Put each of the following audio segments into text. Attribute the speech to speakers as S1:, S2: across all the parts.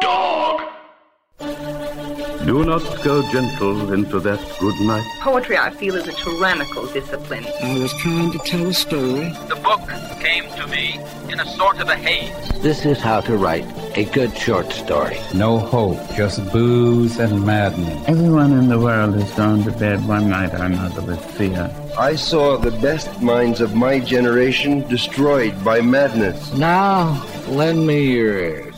S1: Dog.
S2: Do not go gentle into that good night.
S3: Poetry, I feel, is a tyrannical discipline.
S4: I was trying to tell a story.
S5: The book came to me in a sort of a haze.
S6: This is how to write a good short story.
S7: No hope, just booze and madness.
S8: Everyone in the world has gone to bed one night or another with fear.
S9: I saw the best minds of my generation destroyed by madness.
S6: Now, lend me your ears.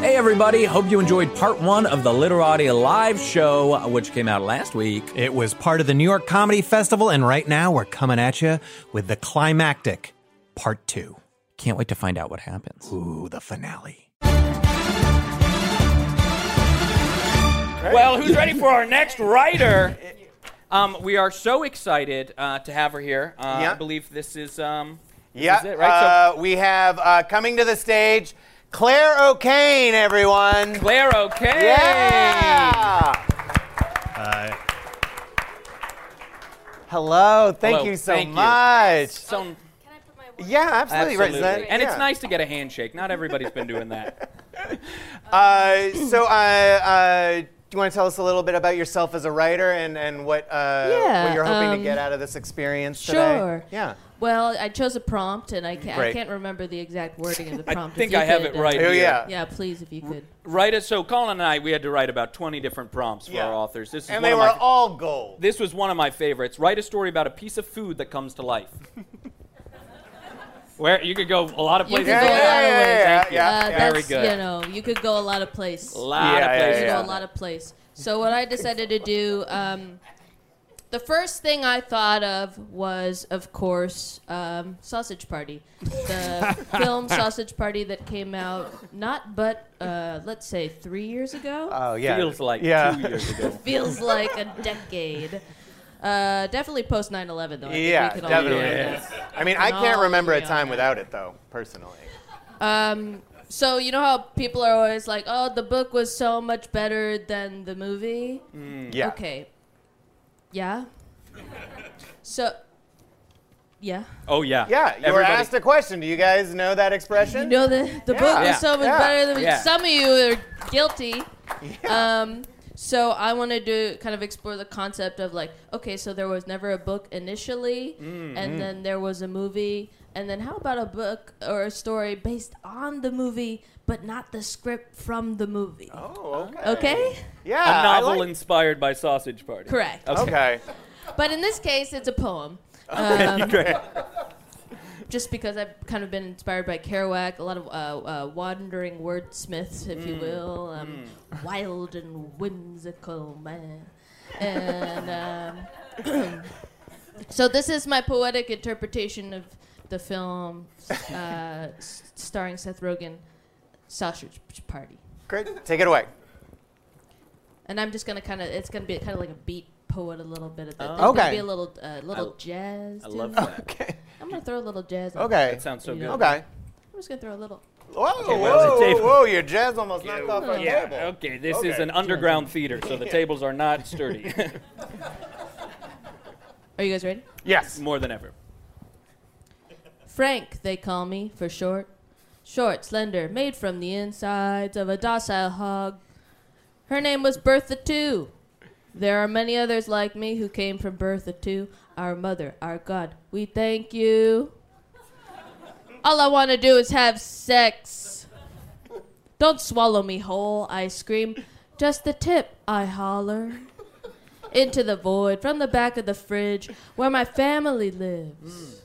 S10: Hey, everybody. Hope you enjoyed part one of the Literati Live show, which came out last week.
S11: It was part of the New York Comedy Festival, and right now we're coming at you with the climactic part two.
S10: Can't wait to find out what happens.
S11: Ooh, the finale.
S12: Well, who's ready for our next writer? Um, we are so excited uh, to have her here. Uh,
S13: Yeah.
S12: I believe this is, um, this
S13: Yeah,
S12: is it, right?
S13: uh, we have uh, coming to the stage Claire O'Kane, everyone.
S12: so, Claire O'Kane.
S13: Yeah.
S11: Uh,
S13: Hello. Thank
S12: Hello,
S13: you so
S12: thank you.
S13: much.
S12: So,
S13: Yeah, absolutely.
S12: absolutely.
S13: Right, Zen?
S12: And it's
S13: Yeah.
S12: nice to get a handshake. Not everybody's been doing that.
S13: Uh, so, uh, uh, do you want to tell us a little bit about yourself as a writer and, and what, uh,
S14: Yeah,
S13: what you're hoping to
S14: um,
S13: get out of this experience today?
S14: Sure.
S13: Yeah.
S14: Well, I chose a prompt, and I, ca- I
S13: Great.
S14: can't remember the exact wording of the
S12: I
S14: prompt. If
S12: think
S14: you
S12: I have
S14: could,
S12: it
S14: uh,
S12: right
S13: Oh,
S12: here.
S13: yeah.
S14: Yeah, please, if you could.
S12: Right, uh, so Colin and I, we had to write about 20 different prompts for
S13: Yeah.
S12: our authors. This is
S13: And
S12: one
S13: they
S12: of
S13: were
S12: my
S13: all gold.
S12: This was one of my favorites. Write a story about a piece of food that comes to life. Where you could go a lot of
S14: You could
S12: places.
S14: go a lot of
S13: yeah, yeah,
S14: ways.
S13: yeah,
S14: Uh,
S13: yeah,
S12: yeah.
S14: that's,
S12: Very good.
S14: You know, you could go a lot of places.
S12: A lot
S13: Yeah,
S12: of
S13: yeah,
S12: places.
S14: You could
S13: yeah.
S14: go a lot of places. So what I decided to do, um, the first thing I thought of was, of course, um, Sausage Party, the film Sausage Party that came out not but uh, let's say three years ago.
S13: Oh, yeah.
S12: Feels like
S13: Yeah.
S12: two years ago.
S14: feels like a decade. Uh, definitely post 9 11, though. I think
S13: Yeah,
S14: we could all
S13: definitely.
S14: agree on
S12: Yes.
S14: that.
S13: I mean, I
S14: can
S13: can't
S14: all
S13: remember a
S14: agree on
S13: time
S14: that.
S13: without it, though, personally.
S14: Um, so, you know how people are always like, oh, the book was so much better than the movie?
S13: Yeah.
S14: Okay. Yeah? so, yeah.
S12: Oh yeah.
S13: Yeah, you were
S12: Everybody-
S13: asked a question. Do you guys know that expression?
S14: You know, the, the book
S12: Yeah.
S14: was so much
S13: Yeah.
S14: better than
S12: Yeah.
S14: some of you are guilty. Um, so I wanted to kind of explore the concept of like, okay, so there was never a book initially,
S13: Mm-hmm.
S14: and then there was a movie, and then how about a book or a story based on the movie, but not the script from the movie?
S13: Oh, okay.
S14: Okay?
S13: Yeah.
S12: a
S13: I
S12: novel
S13: like-
S12: inspired by Sausage Party.
S14: Correct.
S13: Okay.
S14: But in this case, it's a poem. Um, just because I've kind of been inspired by Kerouac, a lot of uh, uh, wandering wordsmiths, if
S13: Mm.
S14: you will, um, wild and whimsical man, and um, so this is my poetic interpretation of the film uh, s- starring Seth Rogen, Sausage Party,
S13: Great. Take it away.
S14: and I'm just gonna kind of it's gonna be kind of like a beat poet a little bit of that. There's
S13: Oh.
S14: gonna
S13: Okay.
S14: be a little uh, little
S12: I-
S14: jazz.
S12: I
S14: to
S12: love
S14: it.
S12: that.
S13: Okay.
S14: I'm gonna throw a little jazz. in.
S13: Okay.
S12: That sounds so
S14: You
S12: good.
S14: know.
S13: Okay.
S14: I'm just gonna throw a little.
S13: Whoa,
S12: wait, there's a
S13: whoa, whoa,
S12: table.
S13: whoa, your jazz almost knocked off our
S12: Yeah,
S13: table.
S12: Okay, this is
S13: Okay.
S12: an underground theater, so the tables are not sturdy.
S14: Are you guys ready?
S13: Yes.
S12: More than ever.
S14: Frank, they call me for short. Short, slender, made from the insides of a docile hog. Her name was Bertha, too. There are many others like me who came from Bertha, too. Our mother, our God, we thank you. All I want to do is have sex. Don't swallow me whole, I scream. Just the tip, I holler. Into the void from the back of the fridge where my family lives.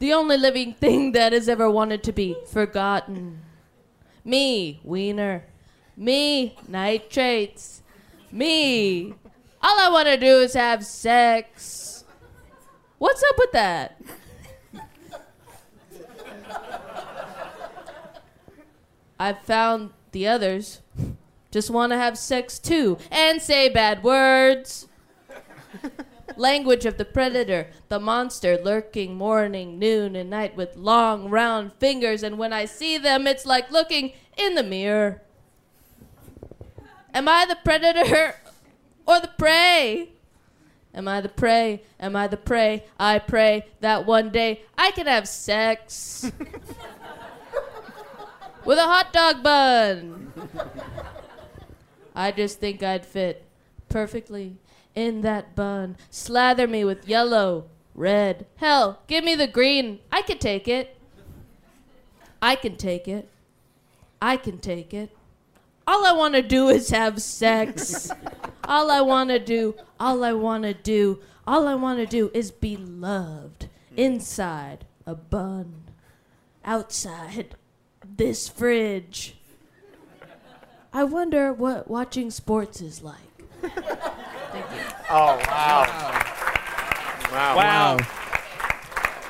S14: The only living thing that has ever wanted to be forgotten. Me, Wiener. Me, nitrates. Me. All I want to do is have sex. What's up with that? I've found the others. Just want to have sex too and say bad words. Language of the predator, the monster lurking morning, noon, and night with long, round fingers, and when I see them, it's like looking in the mirror. Am I the predator or the prey? Am I the prey? Am I the prey? I pray that one day I can have sex with a hot dog bun. I just think I'd fit perfectly in that bun. Slather me with yellow, red. Hell, give me the green. I can take it. I can take it. I can take it. All I want to do is have sex. all I want to do, all I want to do, all I want to do is be loved inside a bun, outside this fridge. I wonder what watching sports is like.
S13: Oh, wow. Wow.
S12: Wow.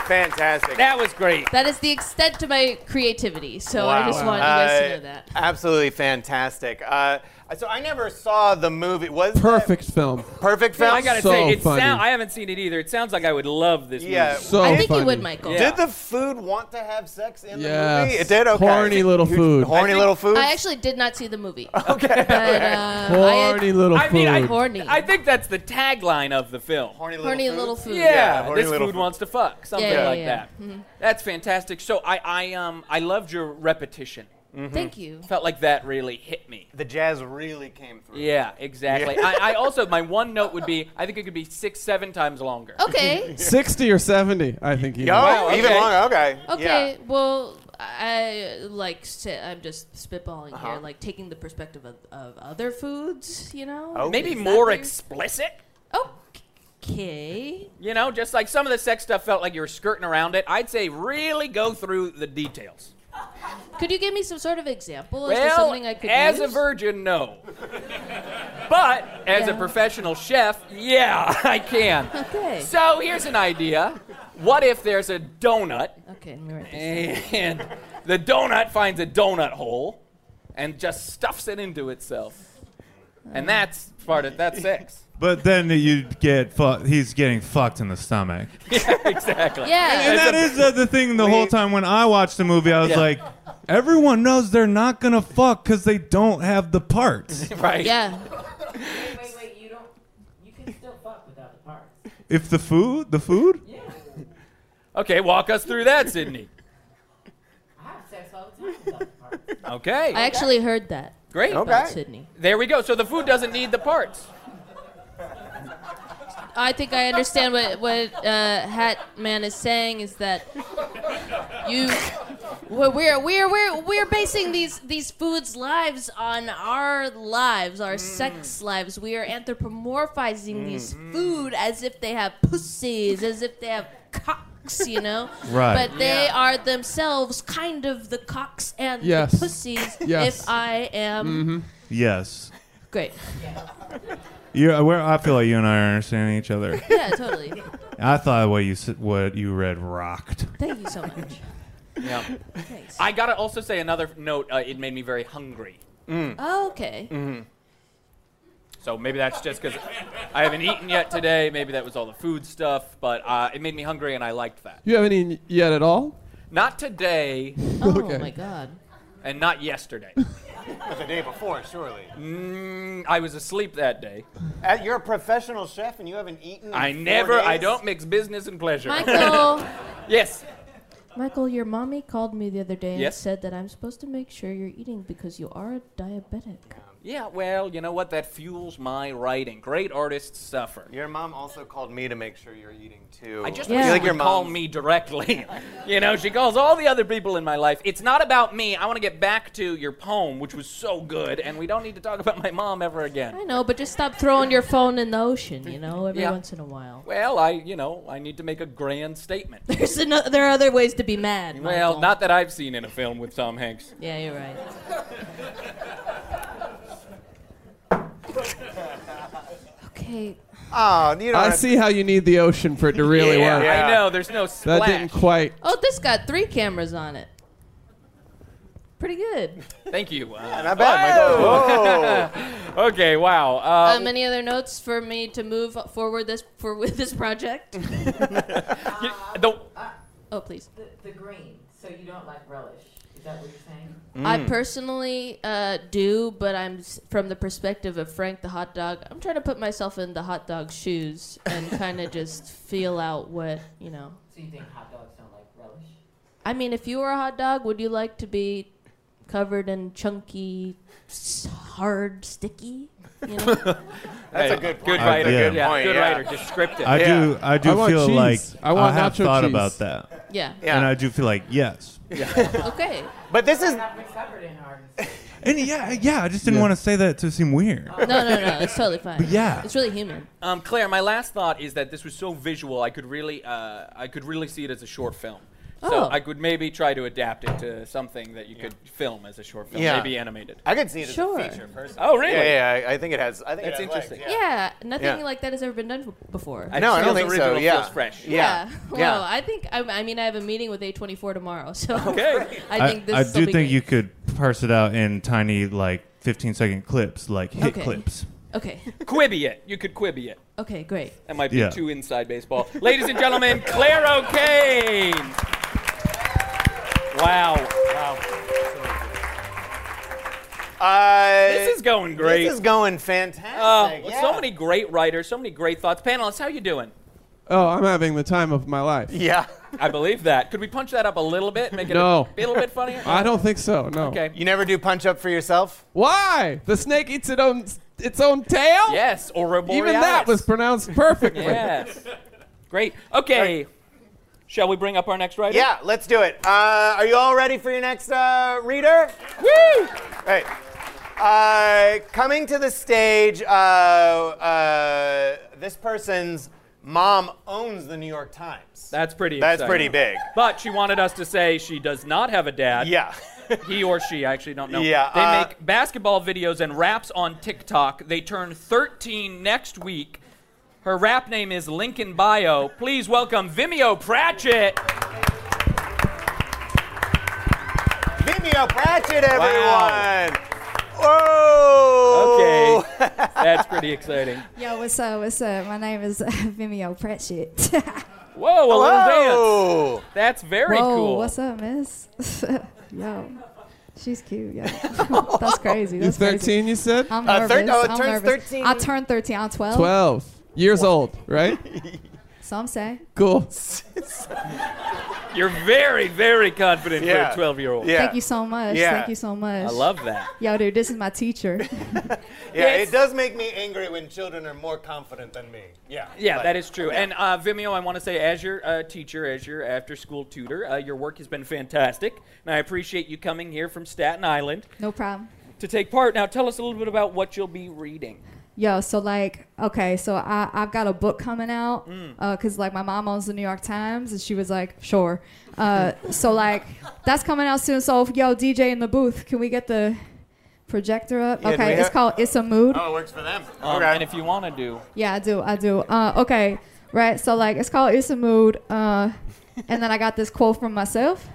S13: Fantastic.
S12: That was great.
S14: That is the extent to my creativity, so I
S13: Wow.
S14: just want you guys to
S13: Uh,
S14: know that.
S13: Absolutely fantastic. Uh, so I never saw the movie. Was
S15: Perfect film.
S13: Perfect film.
S12: I gotta
S15: So
S12: say, it
S15: funny.
S12: sound, I haven't seen it either. It sounds like I would love this
S13: Yeah.
S12: movie.
S15: So I think you funny. would,
S14: Michael.
S12: Yeah.
S13: Did the food want to have sex in the
S15: Yes.
S13: movie? It did. Okay.
S15: Horny little food.
S13: Horny little food.
S14: I actually did not see the movie. Okay. But, uh,
S15: Horny little
S12: I mean, I,
S15: food.
S14: Horny.
S12: I think that's the tagline of the film.
S13: Horny
S14: little Horny food? little food.
S12: Yeah,
S14: Yeah,
S13: horny
S12: this
S13: little
S12: food
S13: food.
S12: wants to fuck. Something
S14: Yeah, yeah,
S12: like
S14: yeah.
S12: that.
S14: Mhm.
S12: That's fantastic. So I, I, um, I loved your repetition.
S14: Thank you.
S12: Felt like that really hit me.
S13: Mm-hmm. The jazz really came through.
S12: Yeah, exactly.
S13: Yeah.
S12: I, I also my one note would be I think it could be six, seven times longer.
S14: Okay.
S15: 60 or 70, I think. you
S13: Yo,
S15: know.
S12: Wow,
S13: even
S12: okay.
S13: longer. Okay.
S14: Okay, well, I like say, I'm just spitballing
S13: Uh-huh.
S14: here, like taking the perspective of, of other foods, you know.
S12: Oh, Maybe
S14: Is that
S12: more
S14: weird?
S12: explicit.
S14: Okay.
S12: You know, just like some of the sex stuff felt like you were skirting around it. I'd say really go through the details.
S14: Could you give me some sort of example? Is there
S12: well,
S14: something I could
S12: as a
S14: use?
S12: virgin, no. but as a
S14: Yeah.
S12: professional chef, yeah, I can.
S14: Okay.
S12: So here's an idea. What if there's a donut
S14: Okay, let me write this. down.
S12: and the donut finds a donut hole and just stuffs it into itself?
S14: Uh.
S12: And that's part of that's sex.
S16: But then you get fu- he's getting fucked in the stomach.
S12: yeah, exactly.
S14: Yeah.
S16: And that is the, the thing the whole time when I watched the movie, I was
S12: Yeah.
S16: like, everyone knows they're not going to fuck because they don't have the parts.
S12: right.
S14: Yeah.
S17: wait, wait, you don't. You can still fuck without the parts.
S16: If the food, the food?
S12: Okay, walk us through that, Sydney.
S17: I have sex all the time without the parts.
S12: Okay.
S14: I actually heard that.
S12: Great.
S14: About Sydney.
S12: There we go. So the food doesn't need the parts.
S14: I think I understand what what uh, Hat Man is saying is that you we're we're we're we're, we're basing these these foods lives on our lives, our sex lives. We are anthropomorphizing these food as if they have pussies, as if they have cocks, you know.
S17: Right.
S14: But they
S17: Yeah.
S14: are themselves kind of the cocks and
S16: Yes.
S14: the pussies.
S16: Yes.
S14: If I am
S12: Mm-hmm.
S18: Mm-hmm.
S16: Yes.
S14: great.
S16: You're, where I feel like you and I are understanding each other.
S14: Yeah, totally.
S16: I thought what you s- what you read rocked.
S14: Thank you so much.
S12: Yeah. I gotta also say another note. Uh, it made me very hungry.
S14: okay.
S12: So maybe that's just because I haven't eaten yet today. Maybe that was all the food stuff, but uh, it made me hungry, and I liked that.
S15: You haven't eaten yet at all?
S12: Not today,
S14: Oh
S15: Okay.
S14: my god.
S12: and not yesterday.
S13: But the day before, surely.
S12: Mm, I was asleep that day.
S13: Uh, you're a professional chef and you haven't eaten. in
S12: I
S13: four
S12: never. I
S13: days?
S12: don't mix business and pleasure.
S14: Michael.
S12: yes.
S14: Michael, your mommy called me the other day and
S12: Yes?
S14: said that I'm supposed to make sure you're eating because you are a diabetic.
S12: Yeah, well, you know what? That fuels my writing. Great artists suffer.
S13: Your mom also called me to make sure you're eating too.
S12: I just wish you would call me directly. you know, she calls all the other people in my life. It's not about me. I want to get back to your poem, which was so good, and we don't need to talk about my mom ever again.
S14: I know, but just stop throwing your phone in the ocean, you know, every
S12: Yeah.
S14: once in a while.
S12: Well, I, you know, I need to make a grand statement.
S14: There's ano- there are other ways to be mad.
S12: Well, not that I've seen in a film with Tom Hanks.
S14: Yeah, you're right. okay.
S13: Oh, you don't
S15: I
S13: have-
S15: see how you need the ocean for it to really
S12: yeah,
S15: work.
S12: I know. There's no splash.
S15: That didn't quite.
S14: Oh, this got three cameras on it. Pretty good.
S12: Thank you. Uh,
S13: not bad,
S12: Michael. okay, wow. Uh,
S14: um, any other notes for me to move forward this for with this project?
S12: the,
S14: oh, please.
S17: The, the green. So you don't like relish. Is that what you're saying?
S14: I
S13: Mm.
S14: personally uh, do, but I'm s- from the perspective of Frank the hot dog. I'm trying to put myself in the hot dog's shoes and kind of just feel out what you know.
S17: So you think hot dogs don't like relish?
S14: I mean, if you were a hot dog, would you like to be covered in chunky, s- hard, sticky? You know?
S13: That's
S12: Hey,
S13: a good point.
S12: Good
S18: I-
S12: writer.
S18: yeah.
S12: Good, yeah,
S13: point,
S12: good
S13: yeah.
S12: writer. Descriptive.
S18: I do. I do
S15: I want
S18: feel
S15: cheese.
S18: like
S15: I want
S18: have
S15: nacho
S18: thought
S15: cheese.
S18: about that.
S14: Yeah.
S13: Yeah.
S18: And I do feel like yes.
S14: okay.
S13: But this is
S17: Not been covered in hard. and sticky.
S16: And yeah, yeah, I just didn't want to say that to seem weird.
S14: No, no, no. It's totally fine.
S16: But yeah.
S14: It's really human.
S12: Um, Claire, my last thought is that this was so visual. I could really, uh, I could really see it as a short film. So
S14: Oh.
S12: I could maybe try to adapt it to something that you could film as a short film,
S13: Yeah.
S12: maybe animated.
S13: I could see it as
S14: Sure.
S13: a feature person.
S12: Oh, really?
S13: Yeah, yeah. I, I think it has. I think
S12: That's
S13: it has legs,
S12: interesting.
S13: yeah.
S14: Yeah. Nothing
S13: Yeah.
S14: like that has ever been done f- before.
S12: I-
S13: No, I don't
S12: Feels
S13: think so.
S12: original,
S13: Yeah.
S12: feels fresh.
S13: Yeah.
S14: Well, I think I, I mean I have a meeting with A24 tomorrow, so
S12: Okay.
S14: I think this.
S18: I,
S14: will
S18: do
S14: be
S18: think
S14: great.
S18: you could parse it out in tiny like 15 second clips, like hit
S14: Okay.
S18: clips.
S14: Okay.
S12: Quibby it. You could quibby it.
S14: Okay. Great.
S12: That might be
S18: Yeah.
S12: too inside baseball. Ladies and gentlemen, Claire O'Kane. Wow. Wow.
S13: Uh,
S12: This is going great.
S13: This is going
S12: Uh,
S13: fantastic. yeah.
S12: So many great writers, so many great thoughts. Panelists, how you doing?
S15: Oh, I'm having the time of my life.
S13: Yeah.
S12: I believe that. Could we punch that up a little bit? Make it
S15: No.
S12: a little bit funnier?
S15: I don't think so. No.
S12: Okay.
S13: You never do punch up for yourself?
S15: Why? The snake eats its own its own tail.
S12: Yes, Ouroboros.
S15: Even that was pronounced perfectly.
S12: Yes. Great. Okay. Shall we bring up our next writer?
S13: Yeah, let's do it. Uh, are you all ready for your next uh, reader?
S12: Woo!
S13: Right. Uh, coming to the stage, uh, uh, this person's mom owns the New York Times.
S12: That's pretty
S13: That's
S12: exciting.
S13: pretty big.
S12: But she wanted us to say she does not have a dad.
S13: Yeah.
S12: He or she, I actually don't know.
S13: Yeah,
S12: They
S13: uh,
S12: make basketball videos and raps on TikTok. They turn 13 next week. Her rap name is Lincoln Bio. Please welcome Vimeo Pratchett.
S13: Vimeo Pratchett, everyone.
S12: Wow.
S13: Whoa.
S12: Oh. Okay. That's pretty exciting.
S19: Yo, what's up? What's up? My name is Vimeo Pratchett.
S12: Whoa, a little dance.
S13: Hello.
S12: That's very
S19: Whoa,
S12: cool.
S19: what's up, miss? Yo, she's cute. Yo, that's crazy.
S15: You're
S19: That's crazy.
S15: 13, you said?
S19: I'm
S13: Uh,
S19: nervous.
S13: thir- oh, it
S19: I'm
S13: turns
S19: nervous.
S13: 13.
S19: I turned 13. I'm 12.
S15: 12 years old, right?
S19: Some say.
S15: Cool.
S12: You're very, very confident for
S13: Yeah.
S12: a 12 year old.
S13: Yeah.
S19: Thank you so much.
S13: Yeah.
S19: Thank you so much.
S12: I love that.
S19: Yo, dude, this is my teacher.
S13: Yeah,
S12: Yes.
S13: it does make me angry when children are more confident than me. Yeah.
S12: Yeah,
S13: but-
S12: that is true. And uh, Vimeo, I want to say, as your uh, teacher, as your after school tutor, uh, your work has been fantastic. And I appreciate you coming here from Staten Island
S19: no problem.
S12: to take part. Now, tell us a little bit about what you'll be reading.
S19: Yo, so like, okay, so I, I've got a book coming out
S13: Mm.
S19: because like my mom owns the New York Times and she was like, sure. Uh, so like, that's coming out soon. So yo, DJ in the booth, can we get the projector up?
S13: Yeah, do we
S19: okay, it's
S13: have-
S19: called It's a Mood.
S13: Oh, it works for them.
S12: Um,
S13: okay.
S12: And if you want to do.
S19: Yeah, I do, I do. Uh, okay, right, so like, it's called It's a Mood. Uh, and then I got this quote from myself.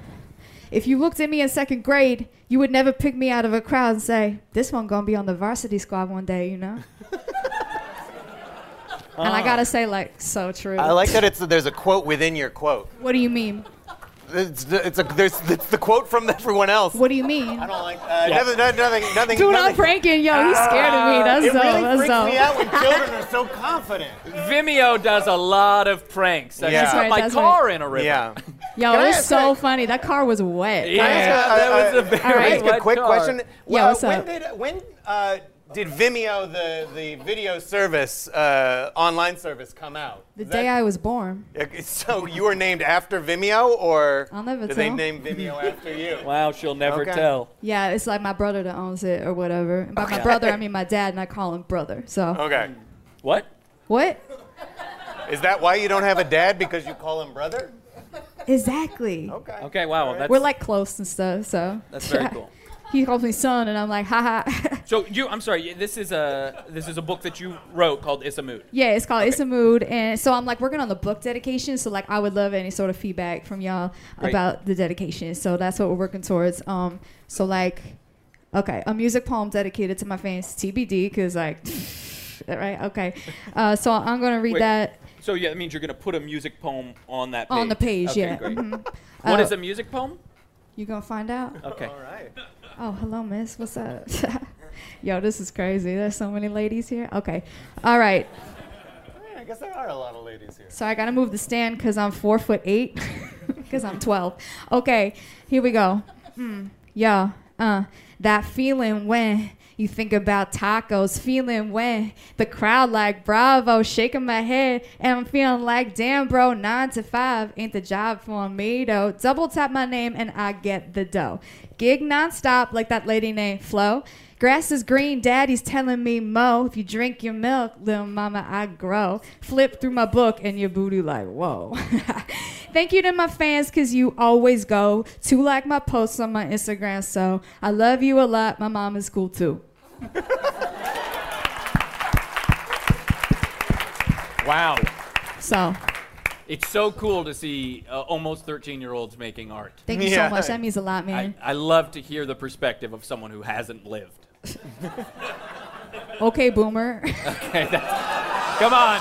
S19: If you looked at me in second grade, you would never pick me out of a crowd and say, this one gonna be on the varsity squad one day, you know? And
S12: Ah.
S19: I gotta say, like, so true.
S13: I like that it's there's a quote within your quote.
S19: What do you mean?
S13: It's, the- it's a there's it's the quote from everyone else.
S19: What do you mean?
S13: I don't like uh, nothing, nothing, nothing.
S19: Dude, I'm
S13: nothing. Uh,
S19: pranking, yo. He's scared of me. That's
S13: it
S19: dope.
S13: really
S19: That's
S13: freaks
S19: dope.
S13: me out when children are so confident.
S12: Vimeo does a lot of pranks. I
S13: Yeah. That's
S12: just put
S19: right,
S12: my
S19: that's
S12: car in a river.
S13: Yeah.
S19: Yo,
S13: Can I
S19: it was
S13: ask
S19: so
S13: a-
S19: funny. That car was wet.
S12: Yeah,
S13: Can I ask a-
S12: that
S13: a-
S12: was a
S13: Can I
S12: very
S13: ask a
S12: wet
S13: quick
S12: car.
S13: question?
S19: Yeah,
S13: Uh,
S19: what's
S13: when
S19: up?
S13: did when uh, did Vimeo, the, the video service, uh, online service, come out?
S19: The
S13: Is
S19: day
S13: that-
S19: I was born.
S13: Okay, So you were named after Vimeo, or
S19: I'll never
S13: did they
S19: tell.
S13: name Vimeo after you?
S12: Wow, she'll never
S13: Okay.
S12: tell.
S19: Yeah, it's like my brother that owns it or whatever. And by
S12: Okay.
S19: my brother, I mean my dad, and I call him brother. So
S13: Okay.
S12: What?
S19: what?
S13: Is that why you don't have a dad? Because you call him brother?
S19: Exactly.
S13: Okay.
S12: Okay, wow. That's,
S19: We're like close and stuff. So
S12: That's very cool.
S19: he calls me son, and I'm like, haha.
S12: So you, I'm sorry. y- This is a this is a book that you wrote called Issamud.
S19: Yeah, it's called It's a Mood. And so I'm like working on the book dedication. So like I would love any sort of feedback from y'all
S12: Great.
S19: about the dedication. So that's what we're working towards. Um so like okay, a music poem dedicated to my fans TBD cuz like right? Okay. Uh so I'm going to read
S12: Wait,
S19: that
S12: So yeah, that means you're gonna put a music poem on that page.
S19: on the page,
S12: Okay,
S19: yeah.
S12: Great.
S19: Mhm.
S12: What
S19: Uh,
S12: is a music poem?
S19: You going to find out?
S12: Okay.
S19: Oh, hello, miss. What's up? Yo, this is crazy. There's so many ladies here. Okay. All right.
S13: Yeah, I guess there are a lot of ladies here.
S19: So I gotta move the stand because I'm four foot eight, because I'm 12. Okay, here we go.
S14: Hmm.
S19: Mm, yeah, uh, that feeling when you think about tacos, feeling when the crowd like bravo, shaking my head, and I'm feeling like damn, bro, nine to five ain't the job for me though. Double tap my name and I get the dough. Gig nonstop like that lady named Flo. Grass is green, daddy's telling me mo. If you drink your milk, little mama, I grow. Flip through my book and your booty like, whoa. Thank you to my fans because you always go to like my posts on my Instagram. So I love you a lot. My mom is cool too.
S12: Wow.
S19: So
S12: It's so cool to see uh, almost 13 year olds making art.
S19: thank you so much. That means a lot, man.
S12: I love to hear the perspective of someone who hasn't lived.
S19: okay, boomer.
S12: Okay, that's, come on,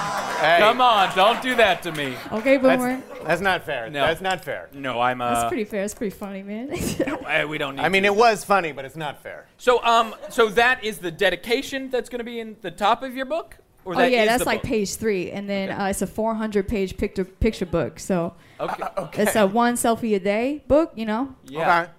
S12: come on, don't do that to me.
S19: Okay, boomer.
S13: That's, that's not fair.
S12: No.
S13: That's not fair.
S12: No, I'm. Uh,
S19: That's pretty fair. That's pretty funny, man.
S12: eh, we don't need.
S13: I mean,
S12: to.
S13: it was funny, but it's not fair.
S12: So, um, so that is the dedication that's going to be in the top of your book, or
S19: oh
S12: that
S19: yeah,
S12: is
S19: that's
S12: the
S19: like
S12: book?
S19: page three, and then uh, it's a 400 page picture picture book. So
S12: Okay.
S19: it's a one selfie a day book, you know.
S12: Yeah. Okay.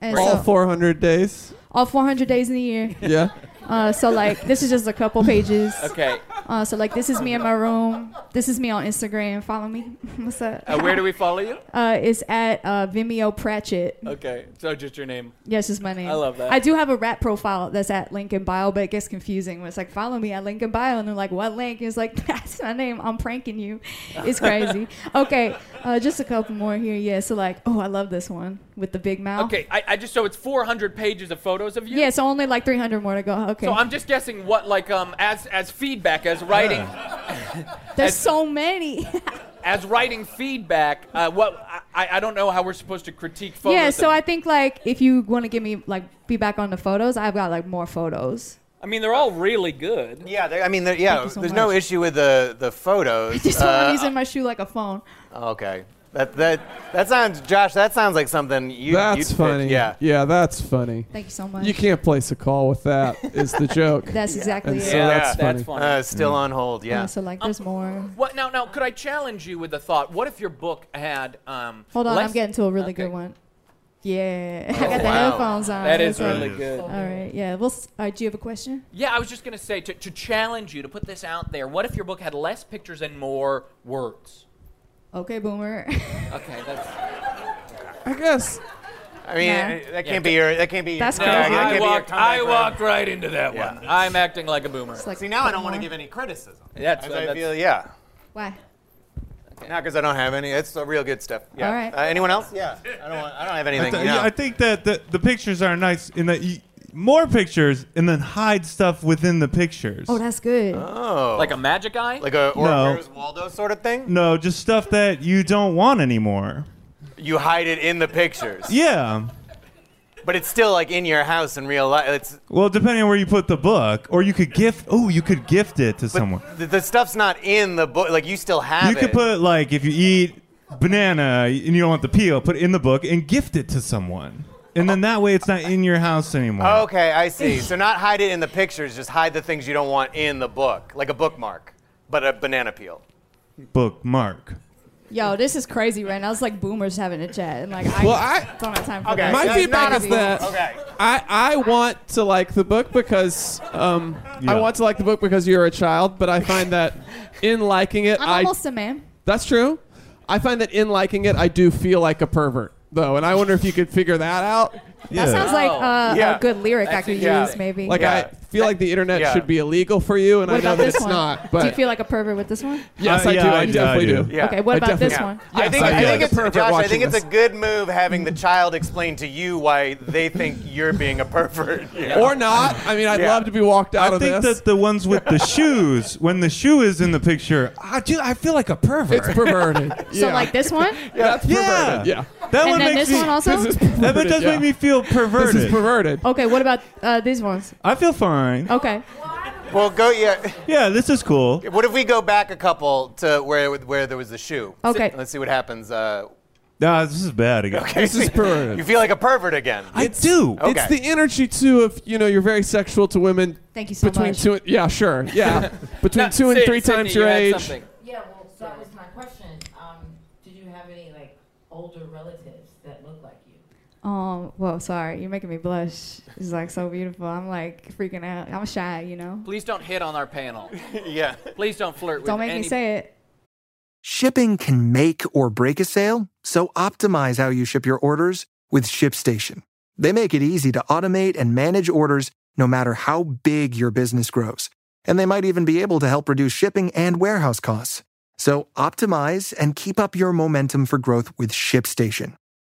S19: And
S16: All
S19: so-
S16: 400 days.
S19: all 400 days in the year.
S16: Yeah.
S19: Uh, so like this is just a couple pages.
S12: Okay.
S19: Uh, so like this is me in my room. This is me on Instagram. Follow me. What's up?
S12: Uh, where do we follow you?
S19: Uh, it's at uh, Vimeo Pratchett.
S12: Okay, so just your name.
S19: Yes, just my name.
S12: I love that.
S19: I do have a rap profile that's at Lincoln Bio, but it gets confusing when it's like, follow me at Lincoln Bio, and they're like, what link? It's like, that's my name. I'm pranking you. It's crazy. okay, uh, just a couple more here. Yeah, so like, oh, I love this one with the big mouth.
S12: Okay, I, I just so it's 400 pages of photos of you.
S19: Yeah, so only like 300 more to go. Okay.
S12: So I'm just guessing what like um as as feedback as writing
S19: There's so many.
S12: as writing feedback uh, what I, I don't know how we're supposed to critique photos.
S19: yeah, so
S12: of-
S19: I think like if you want to give me like feedback on the photos, I've got like more photos.
S12: I mean they're all really good.
S13: Yeah, they- I mean, there- yeah.
S19: you so
S13: there's no
S19: much.
S13: issue with the the photos.
S19: Just when
S13: Uh,
S19: I'm using my shoe like a phone.
S13: okay. That that that sounds, Josh. That sounds like something you.
S16: that's
S13: you'd
S16: funny.
S13: Fit. Yeah.
S16: Yeah, that's funny.
S19: Thank you so much.
S16: You can't place a call with that. Is the joke.
S19: That's exactly
S16: And
S19: it.
S16: So that's funny.
S13: Uh, still
S18: Mm.
S13: on hold. Yeah.
S19: Uh, so like there's more.
S12: What now? Now could I challenge you with the thought? What if your book had um?
S19: Hold on,
S12: less-
S19: I'm getting to a really good one. Yeah,
S13: Oh,
S19: I got the
S12: wow.
S19: headphones on.
S12: That is
S19: so-
S12: really good.
S19: All right, yeah. Well, s- all right. Do you have a question?
S12: Yeah, I was just gonna say to, to challenge you to put this out there. What if your book had less pictures and more words?
S19: Okay, boomer.
S12: Okay, that's.
S16: I guess.
S13: I mean,
S19: Nah.
S13: uh, that can't be your. That can't be.
S19: That's
S13: your,
S12: No,
S13: that
S12: I
S13: can't be your
S12: walked.
S13: comeback
S12: I
S13: forever.
S12: walked right into that
S13: Yeah.
S12: one. I'm acting like a boomer.
S19: It's like
S13: See, now I don't
S19: more.
S13: want to give any criticism.
S12: That's-
S13: As
S12: uh,
S13: I
S12: that's-
S13: feel, yeah.
S19: Why?
S13: Not because I don't have any. It's the real good stuff. Yeah.
S19: All right.
S13: Uh, anyone else? Yeah. I don't. Want, I don't have anything.
S18: I, th-
S13: no.
S18: I think that the, the pictures are nice in that you, more pictures and then hide stuff within the pictures.
S19: Oh, that's good.
S13: oh.
S12: Like a magic eye?
S13: Like a or
S18: No.
S13: Where's Waldo sort of thing.
S18: no, just stuff that you don't want anymore.
S13: You hide it in the pictures,
S18: Yeah.
S13: but it's still like in your house in real life. It's
S18: Well, depending on where you put the book, or you could gift. Oh, you could gift it to someone.
S13: the, the stuff's not in the book. Like you still have
S18: You
S13: it.
S18: could put like if you eat banana and you don't want the peel, put it in the book and gift it to someone, and then that way it's not in your house anymore.
S15: Oh,
S13: Okay, I see. So not hide it in the pictures, just hide the things you don't want in the book, like a bookmark, but a banana peel.
S18: Bookmark.
S19: Yo, this is crazy right now. It's like boomers having a chat, and like I,
S15: Well, I-
S19: don't have time for
S15: Okay.
S19: that.
S15: My
S19: It's
S15: feedback
S19: crazy.
S15: is that I, I want to like the book because um, I
S19: Yeah.
S15: want to like the book because you're a child, but I find that in liking it,
S19: I'm
S15: I
S19: almost a man.
S15: that's true. I find that in liking it, I do feel like a pervert though, and I wonder if you could figure that out.
S19: That sounds like
S13: Oh.
S19: uh,
S15: Yeah.
S19: a good lyric I
S15: That's-
S19: could
S15: yeah.
S19: use, maybe.
S15: Like I feel like the internet
S19: Yeah.
S15: should be illegal for you, and
S19: what
S15: I know
S19: about
S15: that
S19: this
S15: it's
S19: one?
S15: not.
S19: do you
S15: But
S19: feel like a pervert with this one?
S15: yes, I do. I definitely do.
S19: Okay, what
S15: I
S19: about this
S15: definitely-
S19: one?
S13: I
S15: Yes,
S13: think, I
S15: feel
S13: think
S15: like a
S13: it's,
S15: pervert
S13: Josh, I
S15: watching
S13: think it's
S15: this.
S13: a good move having the child explain to you why they think you're being a pervert.
S15: Or not. I mean, I'd love to be walked out
S18: I
S15: of
S18: think
S15: this.
S18: that the ones with the shoes, when the shoe is in the picture, I, do, I feel like a pervert.
S15: It's perverted.
S19: So like this one?
S15: yeah, that's
S18: yeah.
S15: perverted. Yeah.
S18: That
S19: And
S18: one
S19: then
S18: makes
S19: this
S18: me,
S19: one also? This is
S18: that one
S15: perverted,
S18: does
S15: yeah.
S18: make me feel perverted.
S15: This is perverted.
S19: Okay, what about uh, these ones?
S18: I feel fine.
S19: Okay.
S13: Well, go. Yeah.
S18: Yeah, this is cool.
S13: What if we go back a couple to where where there was the shoe?
S19: Okay.
S13: Let's see what happens. Uh,
S18: Nah, this is bad again.
S13: okay. You feel like a pervert again.
S18: I do.
S13: Okay.
S15: It's the energy too of you know you're very sexual to women.
S19: Thank you so
S15: between
S19: much.
S15: two, and, yeah, sure, yeah, between
S12: No,
S15: two and
S12: Sid-
S15: three
S12: Sydney,
S15: times
S12: you
S15: your
S12: had
S15: age.
S12: something.
S17: Yeah, well, that was my question. Um, did you have any like older relatives that look like you?
S19: Um, whoa, sorry, you're making me blush. It's like so beautiful. I'm like freaking out. I'm shy, you know.
S12: Please don't hit on our panel.
S13: yeah.
S12: Please don't flirt with
S19: Don't make me
S12: any-
S19: say it.
S20: Shipping can make or break a sale, so optimize how you ship your orders with ShipStation. They make it easy to automate and manage orders no matter how big your business grows. And they might even be able to help reduce shipping and warehouse costs. So optimize and keep up your momentum for growth with ShipStation.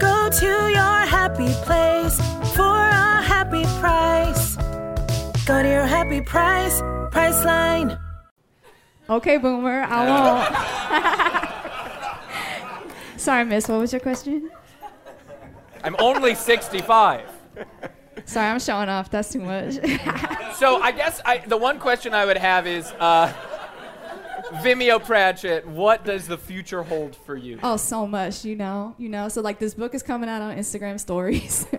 S21: Go to your happy place for a happy price. Go to your happy price, Priceline.
S19: Okay, boomer, I won't. sorry, miss. What was your question?
S12: I'm only 65.
S19: Sorry, I'm showing off. That's too much.
S12: So I guess I, the one question I would have is, uh, Vimeo Pratchett, what does the future hold for you?
S19: oh, so much, you know, you know. So like, this book is coming out on Instagram stories.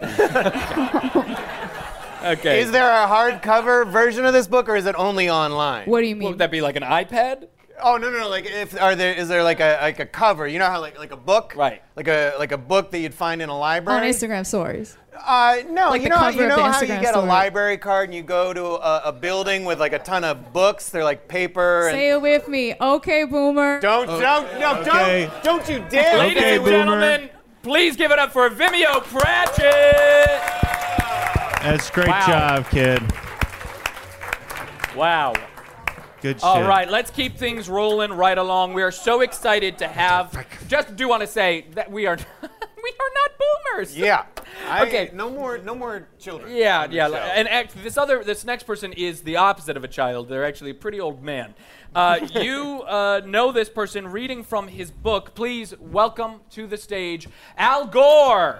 S12: Okay.
S13: Is there a hardcover version of this book, or is it only online?
S19: What do you mean?
S12: Would that be like an iPad?
S13: Oh no no no! Like if are there is there like a like a cover? You know how like like a book, right? Like a like a book that you'd find in a
S19: on
S13: library.
S19: Instagram stories.
S13: Uh, no,
S19: Like
S13: you
S19: the
S13: know,
S19: cover
S13: you
S19: of
S13: know
S19: the
S13: how you
S19: Instagram
S13: get a
S19: story.
S13: library card and you go to a, a building with like a ton of books. They're like paper. And
S19: Say it with me, okay, boomer.
S13: Don't don't no
S19: Okay.
S13: don't don't you dare!
S12: Ladies and gentlemen, please give it up for Vimeo Pratchett.
S18: That's great
S12: Wow.
S18: job, kid.
S12: Wow.
S18: Good shit.
S12: All right, let's keep things rolling right along. We are so excited to have. Just do want to say that we are, we are not boomers.
S13: Yeah. I-
S12: okay.
S13: No more no more children.
S12: Yeah,
S13: on the
S12: yeah.
S13: show.
S12: And act, this other, this next person is the opposite of a child. They're actually a pretty old man. Uh, you uh, know this person reading from his book. Please welcome to the stage Al Gore.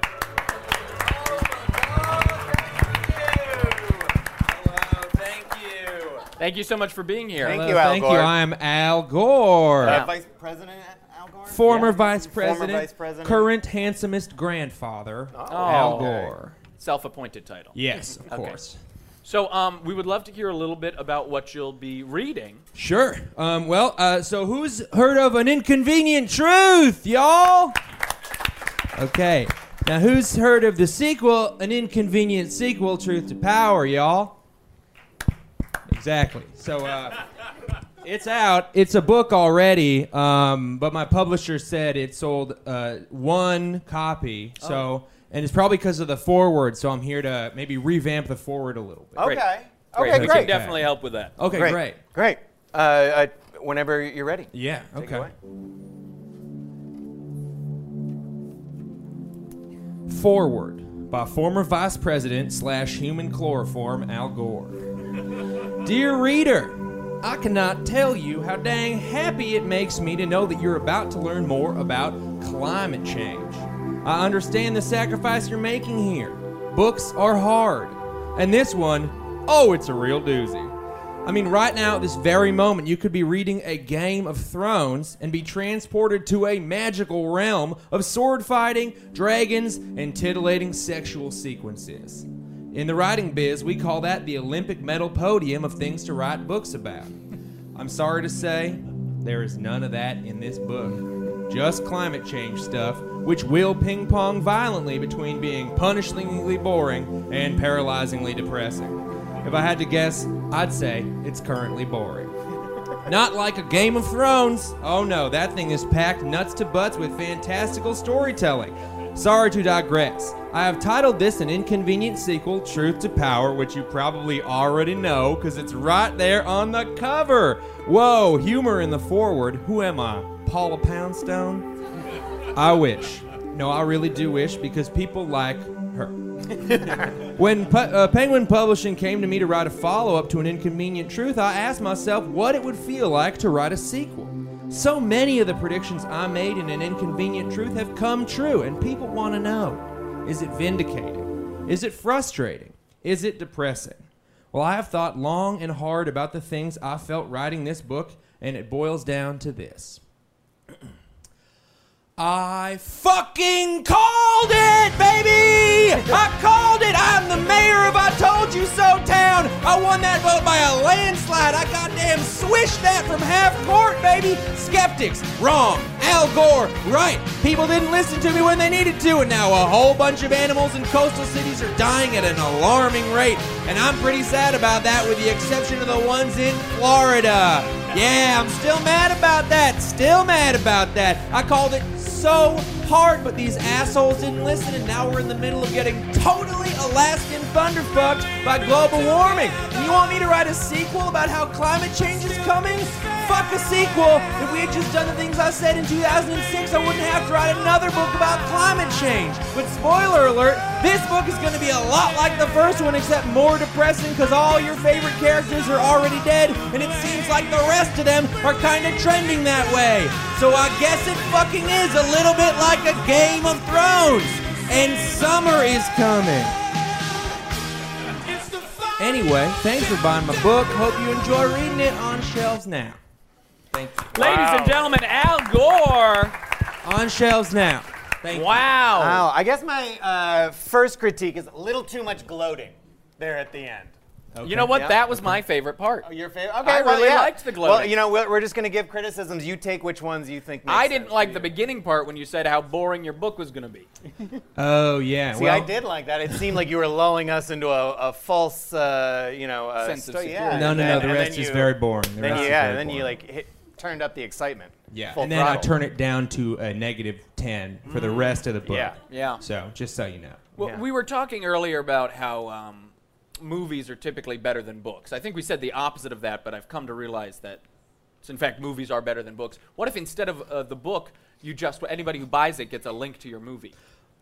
S22: Thank you.
S12: Thank you so much for being here.
S22: Thank
S15: you, Al
S22: Thank
S15: Gore.
S22: you. I'm Al Gore.
S15: Uh,
S13: Vice President Al Gore.
S22: Former,
S13: Yeah.
S22: vice
S13: Former
S22: president,
S13: Vice President.
S22: current handsomest grandfather,
S12: Oh.
S22: Al
S12: Okay.
S22: Gore.
S12: Self-appointed title.
S22: Yes, of
S12: Okay.
S22: course.
S12: So, um, we would love to hear a little bit about what you'll be reading.
S22: Sure. Um, well, uh, so who's heard of an inconvenient truth, y'all? Okay. Now, who's heard of the sequel, an inconvenient sequel, Truth to Power, y'all? Exactly. So, uh, it's out. It's a book already, um, but my publisher said it sold uh, one copy. So, and it's probably because of the forward. So, I'm here to maybe revamp the forward a little bit.
S13: Okay.
S22: Great.
S12: Okay,
S22: We
S12: great.
S22: can
S12: We can definitely help with that.
S22: Okay,
S13: Great.
S22: great.
S13: Great. Uh, uh, whenever you're ready.
S22: Yeah.
S13: Take it
S22: okay.
S13: away.
S22: Forward by former Vice President slash human chloroform Al Gore. Dear reader, I cannot tell you how dang happy it makes me to know that you're about to learn more about climate change. I understand the sacrifice you're making here. Books are hard. And this one, oh, it's a real doozy. I mean, right now, at this very moment, you could be reading a Game of Thrones and be transported to a magical realm of sword fighting, dragons, and titillating sexual sequences. In the writing biz, we call that the Olympic medal podium of things to write books about. I'm sorry to say, there is none of that in this book. Just climate change stuff, which will ping pong violently between being punishingly boring and paralyzingly depressing. If I had to guess, I'd say it's currently boring. Not like a Game of Thrones. Oh no, that thing is packed nuts to butts with fantastical storytelling. Sorry to digress. I have titled this an inconvenient sequel, Truth to Power, which you probably already know because it's right there on the cover. Whoa, humor in the forward. Who am I? Paula Poundstone? I wish. No, I really do wish because people like her. When Pu- uh, Penguin Publishing came to me to write a follow up to An Inconvenient Truth, I asked myself what it would feel like to write a sequel. So many of the predictions I made in An Inconvenient Truth have come true, and people want to know is it vindicating? Is it frustrating? Is it depressing? Well, I have thought long and hard about the things I felt writing this book, and it boils down to this. I fucking called it, baby! I called it! I'm the mayor of I Told You So Town! I won that vote by a landslide! I goddamn swished that from half court, baby! Skeptics, wrong. Al Gore, right. People didn't listen to me when they needed to, and now a whole bunch of animals in coastal cities are dying at an alarming rate. And I'm pretty sad about that, with the exception of the ones in Florida. Yeah, I'm still mad about that. Still mad about that. I called it so hard, but these assholes didn't listen, and now we're in the middle of getting totally Alaskan thunderfucked by global warming. And you want me to write a sequel about how climate change is coming? Fuck a sequel. If we had just done the things I said in 2006, I wouldn't have to write another book about climate change. But spoiler alert, this book is going to be a lot like the first one, except more depressing because all your favorite characters are already dead, and it seems like the rest of them are kind of trending that way. So I guess it fucking is a little bit like a Game of Thrones. And summer is coming. Anyway, thanks for buying my book. Hope you enjoy reading it on shelves now. Thank you.
S12: Ladies and gentlemen, Al Gore.
S22: On shelves now.
S12: wow.
S13: Wow. I guess my uh, first critique is a little too much gloating there at the end.
S12: You know what?
S13: Yep.
S12: That was my favorite part.
S13: Oh, your favorite? Okay,
S12: I
S13: well,
S12: really
S13: yeah.
S12: liked the gloating.
S13: Well, you know, we're, we're just going to give criticisms. You take which ones you think. Makes
S12: I
S13: sense
S12: didn't
S13: for
S12: like
S13: you.
S12: the beginning part when you said how boring your book was going to be.
S22: Oh, yeah.
S13: See, I did like that. It seemed like you were lulling us into a, a false, uh, you know, uh,
S12: Sense of
S13: sto-
S12: security.
S13: yeah.
S22: No,
S13: and
S22: no, no,
S13: then-
S22: the
S13: and
S22: rest
S13: then
S22: is
S13: you-
S22: very boring. The
S13: then
S22: rest
S13: you,
S22: is
S13: yeah,
S22: very
S13: and then you
S22: boring.
S13: like hit, throttled up the excitement.
S22: Yeah,
S13: Full
S22: and then I
S13: throttle.
S22: turn it down to a negative 10 for the rest of the book.
S13: Yeah.
S12: Mm. Yeah.
S22: So, just so you know.
S12: Well, we were talking earlier about how um, movies are typically better than books. I think we said the opposite of that, but I've come to realize that, so in fact, movies are better than books. What if instead of uh, the book, you just anybody who buys it gets a link to your movie?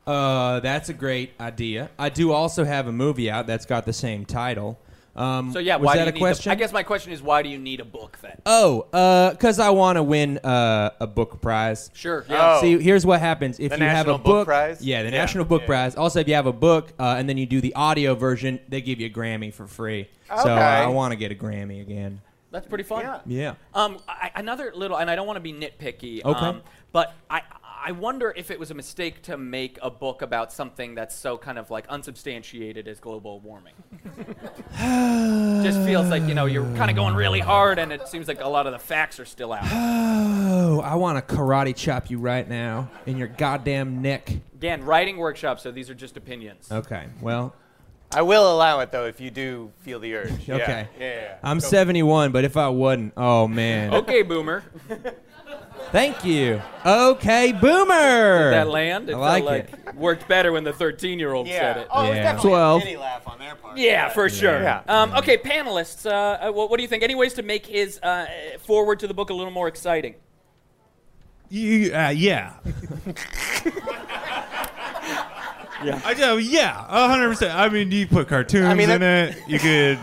S22: Uh, that's a great idea. I do also have a movie out that's got the same title. Um,
S12: So yeah,
S22: was
S12: why
S22: that
S12: do you
S22: a
S12: need
S22: question?
S12: The, I guess my question is why do you need a book then?
S22: Oh, because I want to win uh, a book prize.
S12: Sure, yeah. Oh.
S22: See, here's what happens if
S13: The
S22: you have a
S13: National Book
S22: book
S13: Prize?
S22: Yeah, the
S13: Yeah,
S22: National Book Prize. Also, if you have a book uh, and then you do the audio version, they give you a Grammy for free. So uh,
S13: Okay.
S22: I want to get a Grammy again.
S12: That's pretty fun.
S22: Yeah.
S12: Um, I, another little, and I don't want to be nitpicky.
S22: Okay.
S12: Um, but I, I wonder if it was a mistake to make a book about something that's so kind of like unsubstantiated as global warming. Just feels like you know Oh, you're kind of going really hard, and it seems like a lot of the facts are still out.
S22: Oh, I want to karate chop you right now in your goddamn neck.
S12: Again, writing workshops, so these are just opinions.
S22: Okay. Well,
S13: I will allow it though if you do feel the urge. Yeah.
S22: okay.
S13: Yeah. yeah, yeah.
S22: I'm
S13: Go.
S22: 71, but if I wasn't, oh man.
S12: Okay, boomer.
S22: Thank you. Okay, boomer.
S12: Did that land? It
S22: I
S12: felt
S22: like, it.
S12: Worked better when the 13-year-old said it.
S22: Oh, it was Yeah. definitely a 12. pity
S13: laugh on their part.
S12: Yeah, for
S13: Yeah.
S12: sure.
S13: Yeah.
S12: Um, okay, panelists, uh, uh, what, what do you think? Any ways to make his uh, forward to the book a little more exciting?
S18: You, uh, yeah. yeah. I, uh, yeah, 100%. I mean, you put cartoons
S13: I mean,
S18: in
S13: that-
S18: it. You could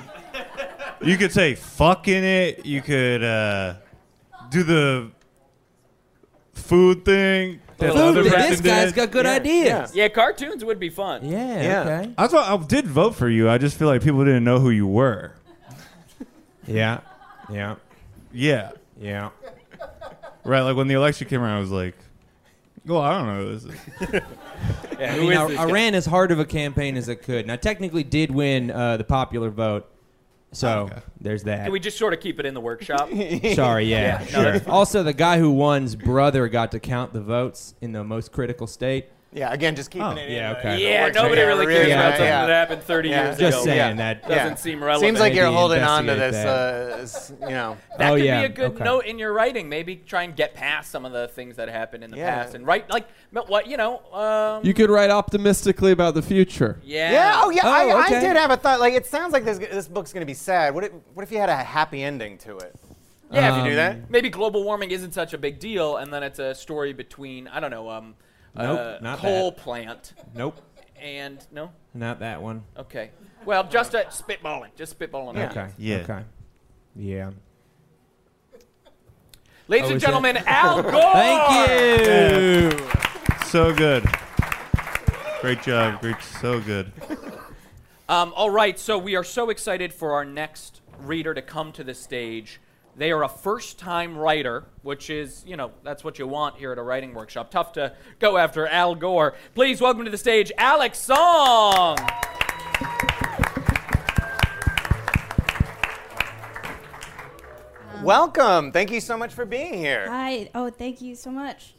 S18: you could say fuck in it. You could uh, do the food thing. that the other person did.
S12: Yeah. Yeah. Yeah, cartoons would be fun.
S22: Yeah, okay.
S18: That's why I did vote for you. I just feel like people didn't know who you were.
S22: Yeah. Yeah.
S18: Yeah.
S22: Yeah.
S18: Right. Like when the election came around, I was like, well, I don't know who this is.
S22: I,
S18: who
S22: mean,
S18: is
S22: I,
S18: this
S22: I
S18: guy?
S22: ran as hard of a campaign as I could, and I technically did win uh, the popular vote.
S13: Oh,
S22: So there's that.
S12: Can we just sort of keep it in the workshop?
S22: Sorry, yeah.
S12: no, that's
S22: sure. Also, the guy who won's brother got to count the votes in the most critical state.
S13: Yeah, again, just keeping
S22: Oh,
S13: it.
S22: yeah,
S13: in the-
S22: okay.
S13: the
S22: Yeah,
S13: works
S22: nobody
S13: right
S22: really
S13: now.
S22: cares about something
S12: that happened 30 years ago.
S22: Just saying that
S12: Doesn't seem relevant.
S13: Seems like you're
S22: Maybe
S13: holding on to
S22: investigate
S13: this. Uh, s- you know,
S12: That
S22: Oh,
S12: could
S22: yeah,
S12: be a good
S22: okay.
S12: note in your writing. Maybe try and get past some of the things that happened in the
S13: Yeah.
S12: past and write like m- what you know. Um,
S15: You could write optimistically about the future.
S12: yeah.
S13: Yeah. Oh, yeah.
S12: Oh,
S13: I, I
S12: okay.
S13: did have a thought. Like, it sounds like this this book's gonna be sad. What if, what if you had a happy ending to it?
S12: Yeah,
S13: if you
S22: Um,
S13: do that.
S12: Maybe global warming isn't such a big deal, and then it's a story between I don't know, um,
S22: Nope,
S12: uh,
S22: not
S12: coal
S22: that.
S12: plant
S22: Nope,
S12: and no.
S22: not that one.
S12: Okay. Well, just a spitballing. Just spitballing.
S22: Yeah.
S12: out.
S22: Okay.
S18: Yeah.
S22: Okay. Yeah.
S12: Ladies
S22: Oh,
S12: and
S22: is it?
S12: gentlemen, Al Gore.
S22: Thank you.
S18: So good. Great job. Great. So good.
S12: Um, all right, so we are so excited for our next reader to come to the stage. They are a first time writer, which is, you know, that's what you want here at a writing workshop. Tough to go after Al Gore. Please welcome to the stage Alex Song.
S22: um,
S13: Welcome. Thank you so much for being here.
S23: Hi. Oh, thank you so much.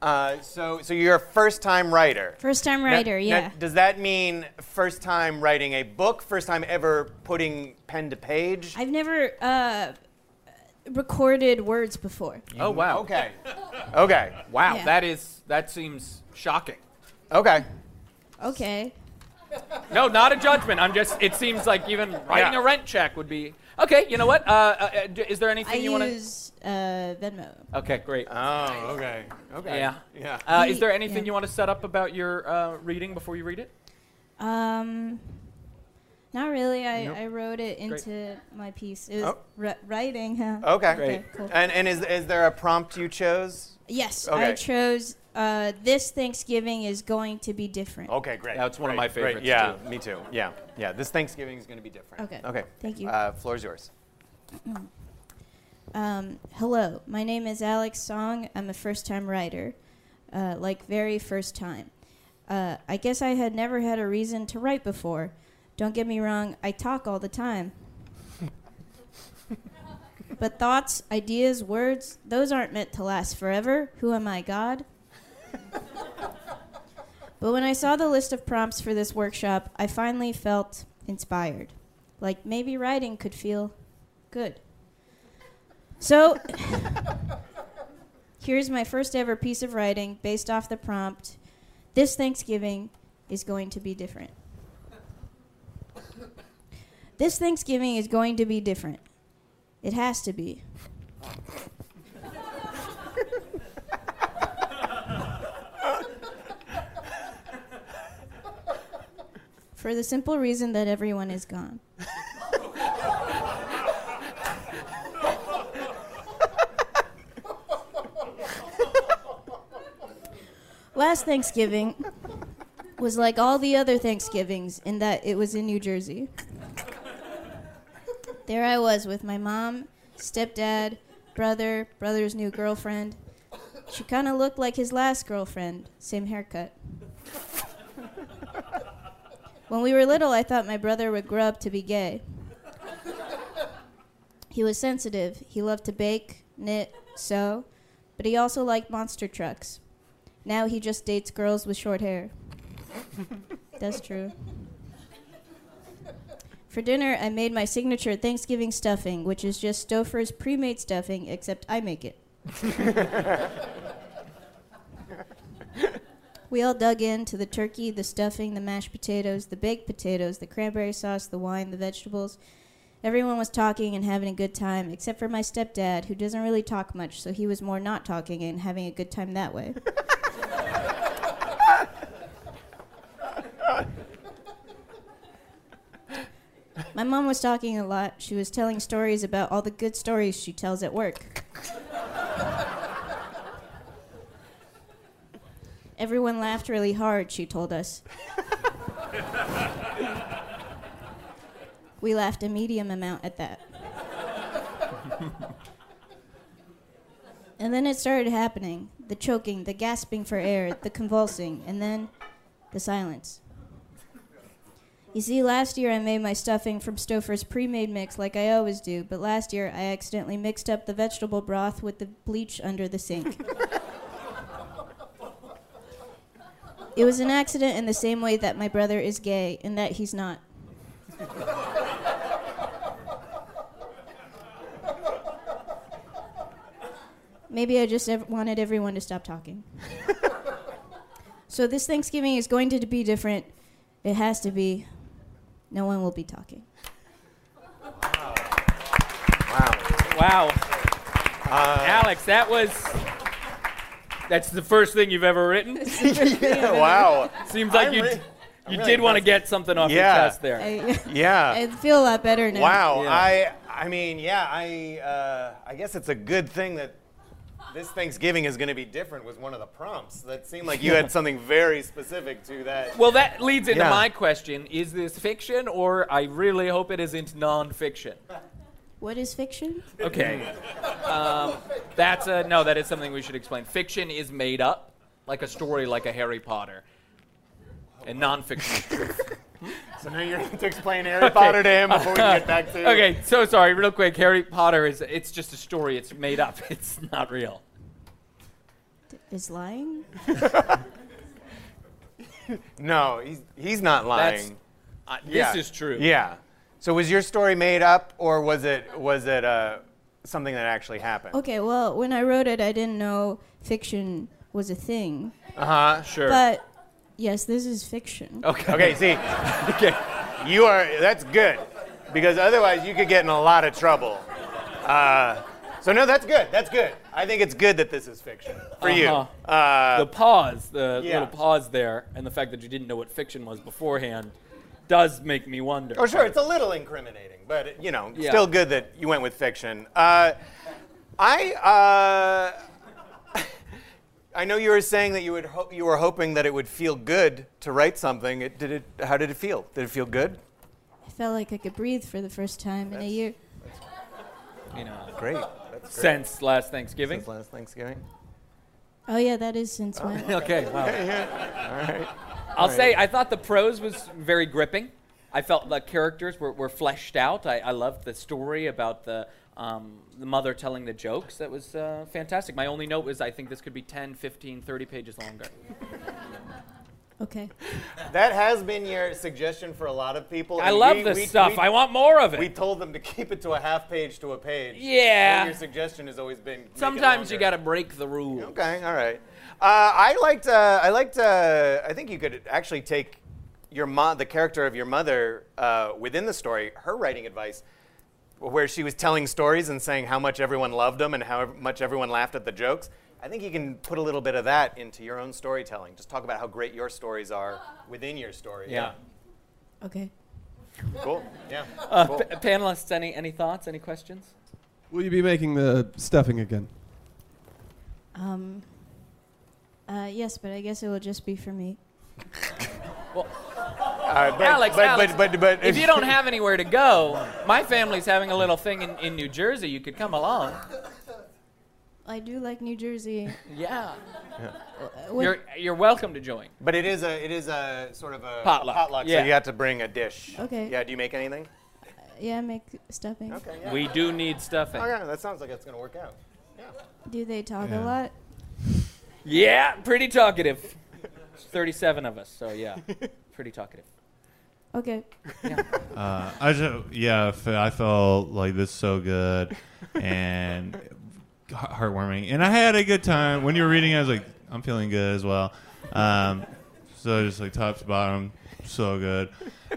S13: Uh, so, so you're a first-time writer.
S23: First-time
S13: Now-
S23: writer,
S13: now,
S23: yeah.
S13: does that mean first time writing a book? First time ever putting pen to page?
S23: I've never uh, recorded words before.
S12: Oh, wow.
S13: Okay. Okay.
S12: Wow,
S23: Yeah.
S12: that is, that seems shocking.
S13: Okay.
S23: Okay.
S12: No, not a judgment. I'm just, it seems like even writing
S23: Yeah.
S12: a rent check would be. Okay, you know what? Uh, uh, uh, d- is there anything
S23: I
S12: you want to.
S23: use uh, Venmo.
S12: Okay, great.
S13: Oh, okay. Okay.
S12: Yeah.
S23: Yeah.
S12: Uh, is there
S23: Ye-
S12: anything
S23: yeah.
S12: you want to set up about your uh, reading before you read it?
S23: Um, not really. I,
S12: Nope.
S23: I wrote it
S12: Great.
S23: into my piece. It was
S13: Oh.
S23: ri- writing. Huh?
S13: Okay.
S23: cool.
S13: And and is is there a prompt you chose?
S23: yes, I
S13: Okay.
S23: chose uh, this Thanksgiving is going to be different.
S13: Okay, great.
S12: That's one of
S13: Great,
S12: my favorites,
S13: Great. Yeah,
S12: too.
S13: me too. Yeah, yeah. This Thanksgiving is going to be different.
S23: Okay.
S13: Okay.
S23: Thank you.
S13: Uh, floor's yours.
S23: Mm. Um, hello, my name is Alex Song. I'm a first time writer, uh, like very first time. Uh, I guess I had never had a reason to write before. Don't get me wrong, I talk all the time. but thoughts, ideas, words, those aren't meant to last forever. Who am I, God? But when I saw the list of prompts for this workshop, I finally felt inspired. Like maybe writing could feel good. So here's my first ever piece of writing based off the prompt This Thanksgiving is going to be different. This Thanksgiving is going to be different. It has to be. For the simple reason that everyone is gone. Last Thanksgiving was like all the other Thanksgivings in that it was in New Jersey. There I was with my mom, stepdad, brother, brother's new girlfriend. She kind of looked like his last girlfriend, same haircut. When we were little, I thought my brother would grow up to be gay. He was sensitive. He loved to bake, knit, sew, but he also liked monster trucks. Now he just dates girls with short hair. That's true. For dinner, I made my signature Thanksgiving stuffing, which is just Stouffer's pre made stuffing, except I make it. We all dug into the turkey, the stuffing, the mashed potatoes, the baked potatoes, the cranberry sauce, the wine, the vegetables. Everyone was talking and having a good time, except for my stepdad, who doesn't really talk much, so he was more not talking and having a good time that way. My mom was talking a lot. She was telling stories about all the good stories she tells at work. Everyone laughed really hard, she told us. We laughed a medium amount at that. And then it started happening the choking, the gasping for air, the convulsing, and then the silence. You see, last year I made my stuffing from Stouffer's pre made mix like I always do, but last year I accidentally mixed up the vegetable broth with the bleach under the sink. it was an accident in the same way that my brother is gay and that he's not. Maybe I just ev- wanted everyone to stop talking. so this Thanksgiving is going to be different. It has to be. No one will be talking.
S12: Wow.
S13: Uh,
S12: Alex, that was. That's the first thing you've ever written.
S13: Yeah, wow.
S12: Seems like
S13: I'm
S12: you,
S13: re-
S12: d-
S13: I'm
S12: you
S13: really
S12: did want to
S13: impressed.
S12: get something off
S13: Yeah.
S12: your chest there.
S23: I,
S13: Yeah.
S23: I feel a lot better now.
S13: Wow. I I mean, yeah, I uh, I guess it's a good thing that this Thanksgiving is going to be different was one of the prompts. That seemed like you had something very specific to that.
S12: Well, that leads into
S13: Yeah.
S12: my question Is this fiction, or I really hope it isn't non fiction?
S23: What is fiction?
S12: Okay. Um, that's a no. That is something we should explain. Fiction is made up, like a story, like a Harry Potter, and nonfiction. is truth.
S13: So now you're going to have to explain Harry Potter to him before we can get back to.
S12: Okay. So sorry. Real quick. Harry Potter is. It's just a story. It's made up. It's not real.
S23: Is lying?
S13: No, he's he's not lying.
S12: That's-
S13: Uh,
S12: this is true.
S13: Yeah. So was your story made up, or was it was it uh, something that actually happened?
S23: Okay, well, when I wrote it, I didn't know fiction was a thing.
S13: Uh
S12: Uh-huh,
S13: huh. Sure.
S23: But yes, this is fiction.
S13: Okay. Okay. See. okay. You are. That's good, because otherwise you could get in a lot of trouble. Uh, so no, that's good. That's good. I think it's good that this is fiction for you. Uh,
S12: Uh-huh. the pause, the
S13: yeah.
S12: little pause there, and the fact that you didn't know what fiction was beforehand, does make me wonder.
S13: Oh, sure, it's a little incriminating, but it- you know,
S12: Yeah.
S13: still good that you went with fiction. Uh, I uh, I know you were saying that you would ho- you were hoping that it would feel good to write something. It, did it? How did it feel? Did it feel good?
S23: I felt like I could breathe for the first time in a year.
S12: You know,
S13: great. That's great.
S12: Since last Thanksgiving.
S13: Since last Thanksgiving.
S23: Oh, yeah, that is since when?
S12: okay, wow.
S13: All right.
S12: I'll say I thought the prose was very gripping. I felt the characters were, were fleshed out. I, I loved the story about the, um, the mother telling the jokes. That was uh, fantastic. My only note was I think this could be 10, 15, 30 pages longer.
S23: Okay.
S13: That has been your suggestion for a lot of people.
S12: I
S13: and
S12: love this stuff. I want more of it.
S13: We told them to keep it to a half page to a page.
S12: Yeah.
S13: And your suggestion has always been. make it
S12: Sometimes you
S13: longer.
S12: got to break the rules.
S13: Okay, all right. Uh, I liked. Uh, I liked. Uh, I think you could actually take your mom, the character of your mother, uh, within the story. Her writing advice, where she was telling stories and saying how much everyone loved them and how ev- much everyone laughed at the jokes. I think you can put a little bit of that into your own storytelling. Just talk about how great your stories are within your story.
S12: Yeah.
S23: Okay.
S13: Cool. Yeah.
S12: Uh,
S13: cool.
S12: p- panelists, any, any thoughts, any questions?
S15: Will you be making the stuffing again?
S23: Um, uh, yes, but I guess it will just be for me.
S13: Uh, but-
S12: Alex,
S13: but-
S12: Alex,
S13: but- but- but-
S12: if you don't have anywhere to go, my family's having a little thing in, in New Jersey. You could come along.
S23: I do like New Jersey.
S12: Yeah.
S23: Uh, what-
S12: You're, you're welcome to join.
S13: But it is a it is a sort of a
S12: Potluck, yeah.
S13: So you have to bring a dish.
S23: Okay.
S13: Yeah. Do you make anything?
S23: yeah, I make stuffing. Okay,
S12: We do need stuffing.
S13: Oh yeah, that sounds like it's gonna work out.
S23: Do they talk
S12: Yeah.
S23: a lot?
S12: Yeah, pretty talkative. There's 37 of us, so yeah, pretty talkative.
S23: Okay.
S18: Uh, I just, yeah, f- I felt like this is so good and h- heartwarming, and I had a good time. When you were reading, I was like, I'm feeling good as well. Um, so just like top to bottom, so good.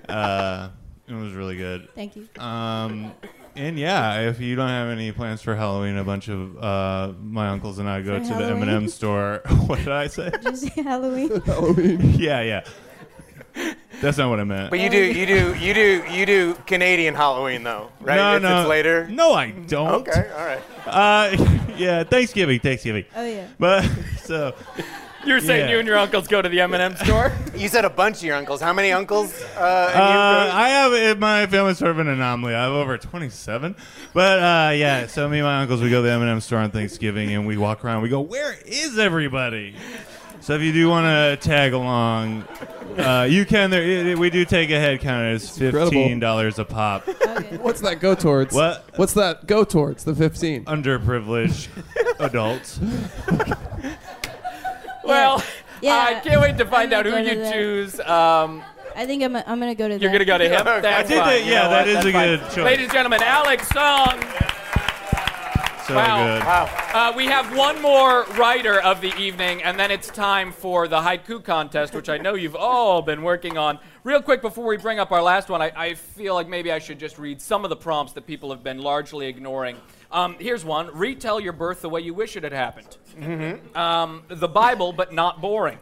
S18: Uh, it was really good.
S23: Thank you.
S18: Um, and yeah, if you don't have any plans for Halloween, a bunch of uh, my uncles and I go
S23: For
S18: to
S23: Halloween?
S18: the M&M store. what did I say?
S23: Did you say Halloween?
S18: Halloween. yeah, yeah. That's not what I meant.
S13: But you do, you do, you do, you do Canadian Halloween though, right?
S18: No,
S13: if
S18: no.
S13: it's later.
S18: No, I don't.
S13: Okay, all right.
S18: Uh, yeah, Thanksgiving, Thanksgiving.
S13: Oh, yeah.
S18: But so
S12: You're saying
S18: Yeah.
S12: you and your uncles go to the M&M store?
S13: You said a bunch of your uncles. How many uncles? Uh, and
S18: Uh, I have in my family's sort of an anomaly. I have over 27, but uh, yeah. So me and my uncles we go to the M&M store on Thanksgiving and we walk around. We go, where is everybody? So if you do want to tag along, uh, you can. There, it- it- we do take a head count. It's
S15: incredible.
S18: fifteen dollars a pop.
S15: What's that go towards?
S18: What?
S15: What's that go towards? The 15.
S18: Underprivileged adults.
S12: Well,
S23: Yeah,
S12: I can't wait to find
S23: I'm
S12: out
S23: gonna
S12: who
S23: go to
S12: you
S23: that.
S12: choose. Um,
S23: I think I'm, I'm gonna go to.
S12: you're
S23: that.
S12: going to go to him?
S18: I
S12: That's
S18: think
S12: fine.
S18: that-
S12: You
S18: yeah,
S12: know
S18: that
S12: what?
S18: is
S12: That's
S18: a
S12: fine.
S18: good choice.
S12: Ladies and gentlemen, Alex Song.
S18: So
S12: wow.
S18: good.
S12: Uh, we have one more writer of the evening, and then it's time for the haiku contest, which I know you've all been working on. Real quick, before we bring up our last one, I, I feel like maybe I should just read some of the prompts that people have been largely ignoring. Um, here's one Retell your birth the way you wish it had happened. Um, the Bible, but not boring.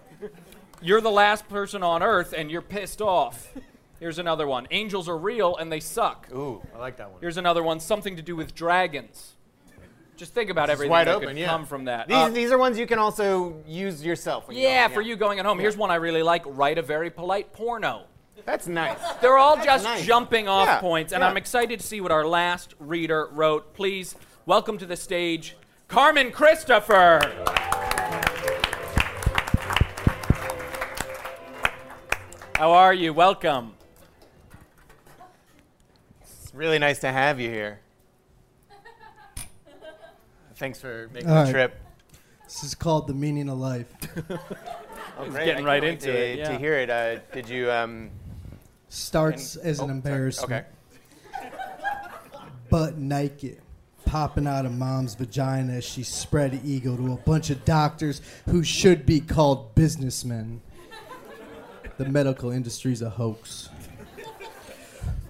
S12: You're the last person on earth, and you're pissed off. Here's another one Angels are real, and they suck.
S13: Ooh, I like that one.
S12: Here's another one something to do with dragons. Just think about
S13: It's
S12: everything
S13: wide
S12: that
S13: open,
S12: could
S13: yeah.
S12: come from that.
S13: These,
S12: Uh,
S13: these are ones you can also use yourself. When you
S12: yeah,
S13: go,
S12: for you going at home. Here's one I really like write a very polite porno.
S13: That's nice.
S12: They're all
S13: That's
S12: just
S13: nice.
S12: jumping off
S13: Yeah,
S12: points, and
S13: yeah.
S12: I'm excited to see what our last reader wrote. Please welcome to the stage Carmen Christopher. How are you? Welcome.
S13: It's really nice to have you here. Thanks for making
S24: All
S13: the
S24: right.
S13: trip.
S24: This is called the meaning of life.
S13: Oh,
S12: He's
S13: great.
S12: getting
S13: I can't
S12: right
S13: wait
S12: into
S13: to,
S12: it, yeah.
S13: To hear it, uh, did you? Um,
S24: Starts
S13: and-
S24: as an
S13: oh, sorry.
S24: embarrassment. Butt naked, popping out of mom's vagina as she spread eagle to a bunch of doctors who should be called businessmen. The medical industry's a hoax.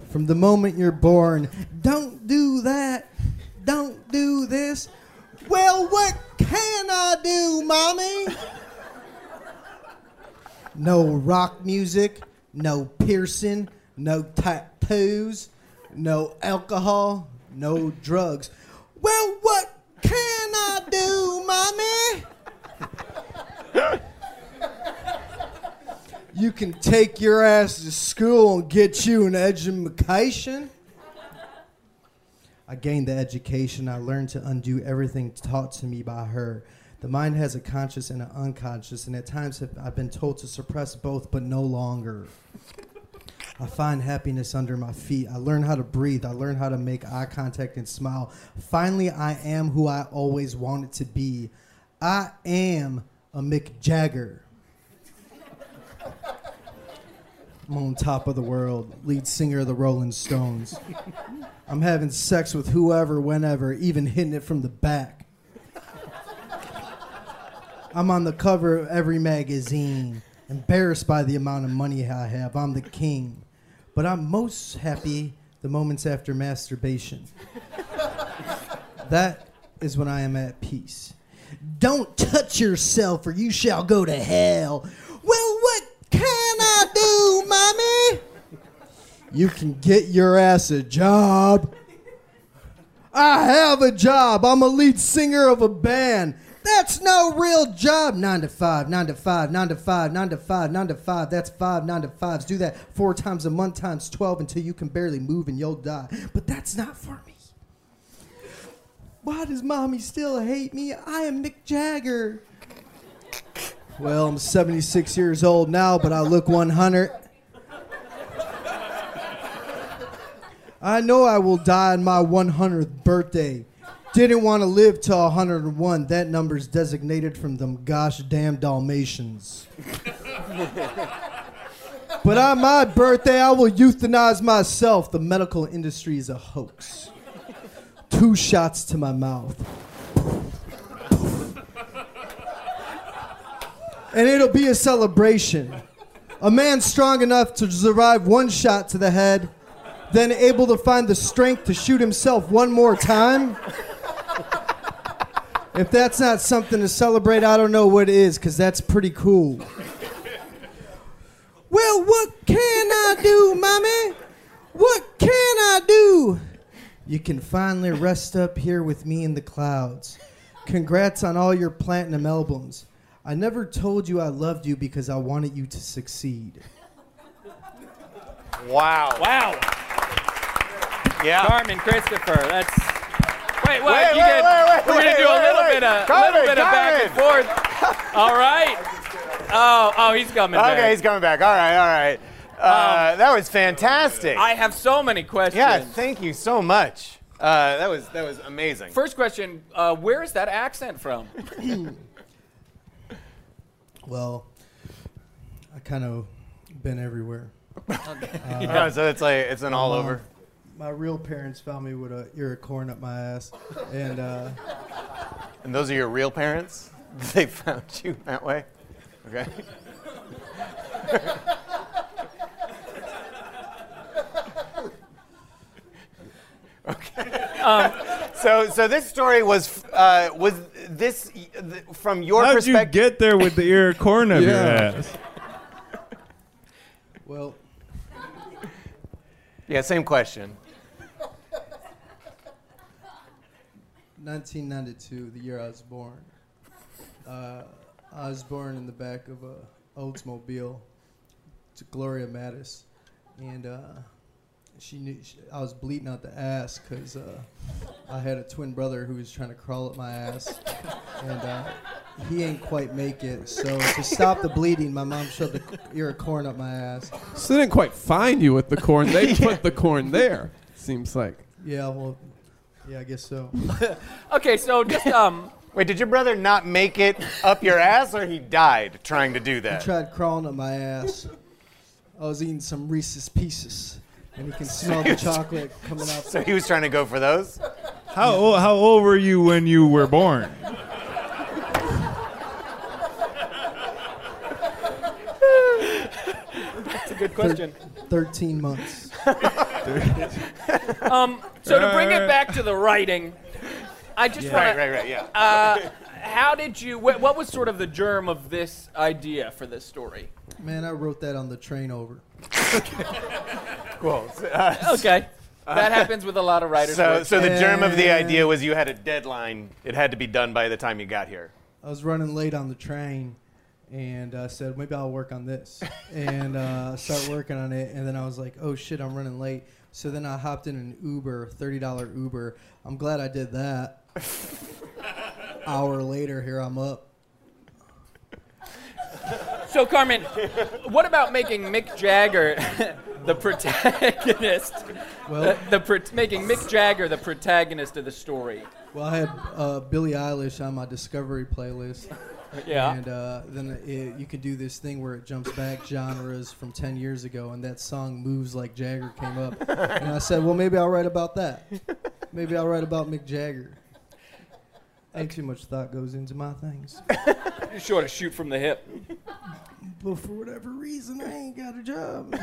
S24: From the moment you're born, don't do that, don't do this. Well, what can I do, mommy? no rock music, no piercing, no tattoos, no alcohol, no drugs. Well, what can I do, mommy? you can take your ass to school and get you an education. I gained the education. I learned to undo everything taught to me by her. The mind has a conscious and an unconscious, and at times have- I've been told to suppress both, but no longer. I find happiness under my feet. I learn how to breathe. I learn how to make eye contact and smile. Finally, I am who I always wanted to be. I am a Mick Jagger. I'm on top of the world, lead singer of the Rolling Stones. I'm having sex with whoever, whenever, even hitting it from the back. I'm on the cover of every magazine, embarrassed by the amount of money I have. I'm the king. But I'm most happy the moments after masturbation. That is when I am at peace. Don't touch yourself or you shall go to hell. Well, what can I do, mommy? You can get your ass a job. I have a job. I'm a lead singer of a band. That's no real job. Nine to five, nine to five, nine to five, nine to five, nine to five. That's five nine to fives. Do that four times a month times 12 until you can barely move and you'll die. But that's not for me. Why does mommy still hate me? I am Mick Jagger. Well, I'm 76 years old now, but I look 100. I know I will die on my 100th birthday. Didn't want to live till 101. That number's designated from them gosh damn Dalmatians. But on my birthday, I will euthanize myself. The medical industry is a hoax. Two shots to my mouth. and it'll be a celebration. A man strong enough to survive one shot to the head, then able to find the strength to shoot himself one more time. If that's not something to celebrate, I don't know what is, because that's pretty cool. Well, what can I do, mommy? What can I do? You can finally rest up here with me in the clouds. Congrats on all your platinum albums. I never told you I loved you because I wanted you to succeed.
S13: Wow.
S12: Wow.
S13: Yeah.
S12: Carmen Christopher. That's. Wait, wait,
S13: Wait,
S12: you
S13: wait,
S12: did.
S13: wait, wait,
S12: we're gonna
S13: wait,
S12: do a
S13: wait,
S12: little
S13: wait.
S12: bit of
S13: Carmen,
S12: little bit of back and forth. All right. Oh, oh, he's coming back. Um,
S13: Okay, he's coming back. All right, all right. Uh, that was fantastic.
S12: I have so many questions.
S13: yeah, thank you so much. Uh, that was that was amazing.
S12: First question: uh, Where is that accent from?
S24: Well, I kind of been everywhere. Uh,
S13: yeah, so it's like it's an all
S24: my-
S13: over.
S24: My real parents found me with a ear of corn up my ass, and uh,
S13: And those are your real parents? They found you that way? Okay. okay.
S12: Um,
S13: so, so this story was uh, was this y- th- from your
S18: How'd you
S13: perspective?
S18: get there with the ear of corn of your
S13: Yeah.
S18: ass?
S24: well,
S13: Yeah, same question.
S24: 1992, the year I was born. Uh, I was born in the back of a Oldsmobile to Gloria Mattis, and uh, she knew she, I was bleeding out the ass because uh, I had a twin brother who was trying to crawl up my ass, and uh, he ain't quite make it. So to stop the bleeding, my mom shoved a c- ear of corn up my ass.
S15: So they didn't quite find you with the corn. They put the corn there. Seems like.
S24: Yeah, well, yeah, I guess so.
S12: okay, so just um.
S13: Wait, did your brother not make it up your ass, or he died trying to do
S24: He
S13: that?
S24: tried crawling up my ass. I was eating some Reese's Pieces, and you can smell the chocolate coming out.
S13: So he was trying to go for those.
S18: How old, how old were you when you were born?
S12: That's a good
S24: Thir-
S12: question.
S24: Thirteen months.
S12: um, so to bring it back to the writing, I just
S13: Uh. Yeah.
S12: want
S13: Right, right, right, yeah.
S12: Uh, how did you? Wh- what was sort of the germ of this idea for this story?
S24: Man, I wrote that on the train over.
S13: Cool.
S12: okay, that happens with a lot of writers.
S13: So,
S12: work.
S13: so the germ of the idea
S24: And-
S13: was you had a deadline. It had to be done by the time you got here.
S24: I was running late on the train, and I said maybe I'll work on this, and uh, I start working on it. And then I was like, oh shit, I'm running late. So then I hopped in an Uber, thirty dollar Uber. I'm glad I did that. Hour later, here I'm up.
S12: So Carmen, what about making Mick Jagger the protagonist? Uh,
S24: Well-
S12: the, the prot- making Mick Jagger the protagonist of the story.
S24: Well, I had uh, Billie Eilish on my Discovery playlist.
S12: Yeah.
S24: And uh, then it, you could do this thing where it jumps back genres from 10 years ago, and that song Moves Like Jagger came up. and I said, well, maybe I'll write about that. Maybe I'll write about Mick Jagger. Ain't too much thought goes into my things.
S12: You sort of shoot from the hip.
S24: But for whatever reason, I ain't got a job.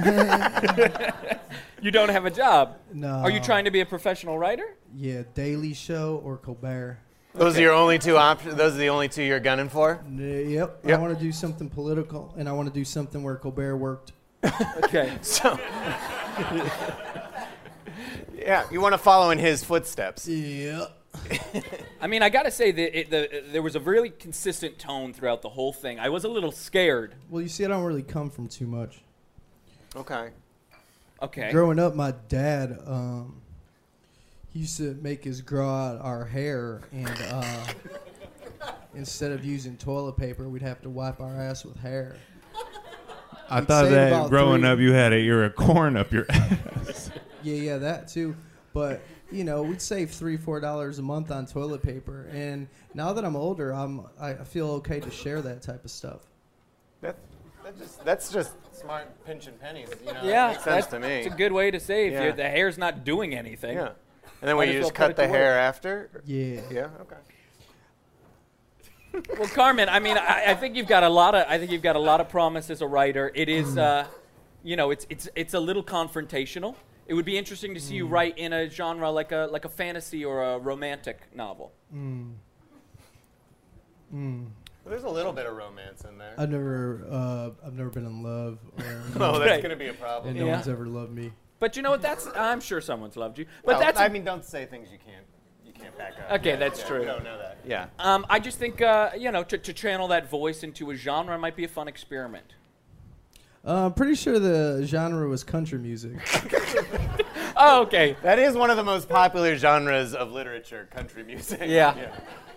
S12: you don't have a job.
S24: No.
S12: Are you trying to be a professional writer?
S24: yeah, Daily Show or Colbert.
S13: Those are your only two options. Those are the only two you're gunning for.
S24: N- Uh, Yep.
S13: Yep.
S24: I want to do something political, and I want to do something where Colbert worked.
S12: Okay.
S13: so. yeah, you want to follow in his footsteps.
S24: Yeah.
S12: I mean, I gotta say that it, the, there was a really consistent tone throughout the whole thing. I was a little scared.
S24: Well, you see, I don't really come from too much.
S13: Okay.
S12: Okay.
S24: Growing up, my dad um, he used to make us grow out our hair, and uh, instead of using toilet paper, we'd have to wipe our ass with hair.
S18: I
S24: We'd
S18: thought
S24: save
S18: that
S24: about
S18: growing
S24: three-
S18: up you had an ear of corn up your ass.
S24: Yeah, yeah, that too. But you know, we'd save three, four dollars a month on toilet paper, and now that I'm older, I'm I I feel okay to share that type of stuff.
S13: That, that just, that's just smart pinching pennies. You know,
S12: Yeah,
S13: that makes sense
S12: that's,
S13: to me.
S12: It's a good way to save.
S13: Yeah.
S12: Your- The hair's not doing anything.
S13: Yeah. And then when
S12: Might
S13: you
S12: as
S13: just
S12: well put
S13: cut
S12: it
S13: the
S12: to
S13: hair
S12: work.
S13: after.
S24: Yeah.
S13: Yeah. Okay.
S12: Well, Carmen, I mean, I, I think you've got a lot of, I think you've got a lot of promise as a writer. It
S13: Mm.
S12: is, uh, you know, it's it's it's a little confrontational. It would be interesting to see
S13: Mm.
S12: you write in a genre like a like a fantasy or a romantic novel.
S24: Mm. Mm.
S13: There's a little bit of romance in there.
S24: I've never, uh, I've never been in love. Or
S13: Oh, that's Right. gonna be a problem.
S24: And no
S13: Yeah.
S24: one's ever loved me.
S12: But you know what? That's I'm sure someone's loved you. But
S13: Well,
S12: that's
S13: I mean, don't say things you can't you can't back up.
S12: Okay,
S13: Yeah,
S12: that's
S13: yeah,
S12: true.
S13: We don't know that. Yeah.
S12: Um, I just think uh, you know to, to channel that voice into a genre might be a fun experiment.
S24: Uh, I'm pretty sure the genre was country music.
S12: Oh, okay.
S13: That is one of the most popular genres of literature, country music.
S12: Yeah.
S13: yeah.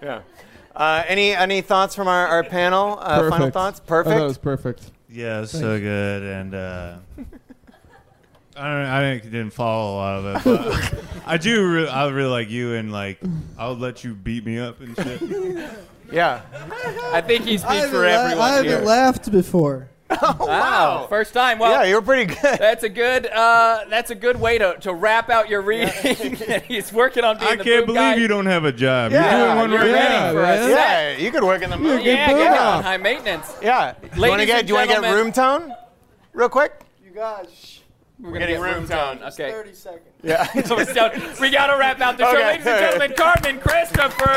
S13: yeah. Uh, any any thoughts from our, our panel? Uh, final thoughts? Perfect.
S15: Oh, perfect.
S18: Yeah, it was
S13: Thanks.
S18: so good, and uh, I don't, I didn't, didn't follow a lot of it. But I do. Re- I really like you, and like I'll let you beat me up and shit.
S13: Yeah.
S12: I think he
S24: I
S12: speaks
S24: haven't,
S12: for
S24: la-
S12: everyone
S24: I haven't
S12: here.
S24: laughed before.
S12: wow. First time. Well,
S13: Oh, yeah, you're pretty good.
S12: That's a good. Uh, that's a good way to, to wrap out your reading. He's working on being
S18: I
S12: the boob
S18: can't
S12: guy.
S18: believe you don't have a job.
S12: Yeah,
S18: you're doing one
S12: you're
S18: right
S12: ready
S18: now.
S12: for us.
S13: Yeah, you could work in the
S12: Yeah,
S13: movie.
S12: yeah, on high maintenance.
S13: Yeah. Do you want to
S12: Ladies
S13: get
S12: and
S13: do you want to get
S12: gentlemen-
S13: room tone? Real quick.
S2: You guys, shh.
S12: We're,
S13: gonna get room tone.
S12: Okay.
S2: 30 seconds.
S13: Yeah.
S12: So it's down- we got to wrap out the show.
S13: Okay.
S12: Ladies and gentlemen, Carmen Christopher.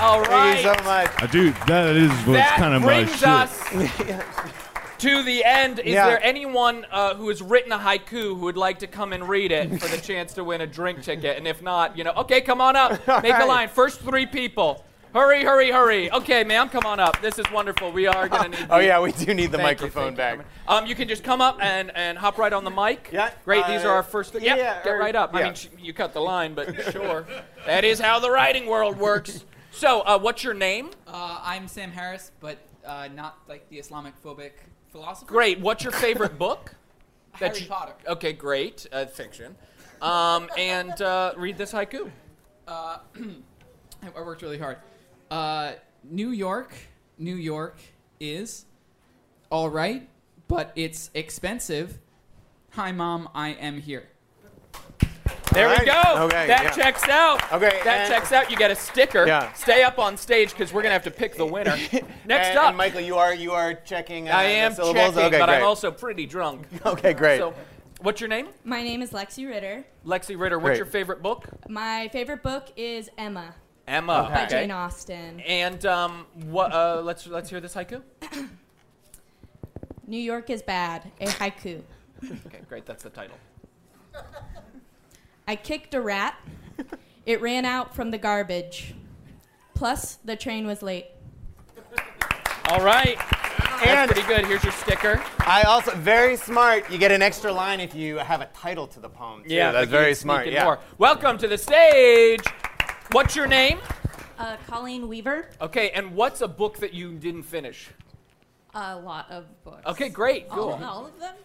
S12: All right.
S13: Thank you so much.
S18: I do. Uh, That is what's
S12: That
S18: kind of my
S12: brings
S18: shit.
S12: us to the end. Is
S18: Yeah.
S12: there anyone uh, who has written a haiku who would like to come and read it for the chance to win a drink ticket? And if not, you know, okay, come on up. Make a
S13: right.
S12: line. First three people. Hurry, hurry, hurry. Okay, ma'am, come on up. This is wonderful. We are going to need
S13: Oh
S12: you.
S13: yeah, we do need the
S12: Thank you,
S13: microphone
S12: thank you,
S13: back.
S12: Um, you can just come up and, and hop right on the mic. Yeah. Great. These
S13: uh,
S12: are our first. Th- yep,
S13: yeah,
S12: Get
S13: or-
S12: right up. I
S13: yeah.
S12: mean, sh- you cut the line, but sure. That is how the writing world works. So, uh, what's your name?
S3: Uh, I'm Sam Harris, but uh, not like the Islamic phobic philosopher.
S12: Great. What's your favorite book?
S3: Harry Potter.
S12: Okay, great. Uh, fiction. Um, and uh, read this haiku.
S3: Uh, I I worked really hard. Uh, New York, New York is all right, but it's expensive. Hi, mom, I am here.
S12: There we
S3: All right.
S12: go.
S3: Okay,
S12: that
S3: yeah.
S12: checks out.
S3: Okay,
S12: That
S3: and-
S12: checks out. You get a sticker.
S13: Yeah.
S12: Stay up on stage because we're gonna have to pick the winner. Next
S13: And-
S12: up,
S13: and Michael, you are you are checking. Uh,
S12: I
S13: the
S12: am checking,
S13: syllables? Okay,
S12: but
S13: great.
S12: I'm also pretty drunk.
S13: Okay, great.
S12: So, what's your name?
S25: My name is Lexi Ritter.
S12: Lexi Ritter. What's
S13: Great.
S12: your favorite book?
S25: My favorite book is Emma
S12: Emma.
S25: by
S12: okay.
S25: Jane Austen.
S12: And um, what? Uh, let's let's hear this haiku.
S25: New York is bad, a haiku.
S12: Okay, great. That's the title.
S25: I kicked a rat. It ran out from the garbage. Plus, the train was late.
S12: All right. That's pretty good. Here's your sticker.
S13: I also very smart. You get an extra line if you have a title to the poem. Too.
S12: Yeah,
S13: that's
S12: but you
S13: very
S12: sneak
S13: smart.
S12: in
S13: Yeah.
S12: more. Welcome to the stage. What's your name?
S25: Uh, Colleen Weaver,
S12: Okay, and what's a book that you didn't finish?
S25: a lot of books.
S12: Okay, great,
S25: All,
S12: cool.
S25: all of them?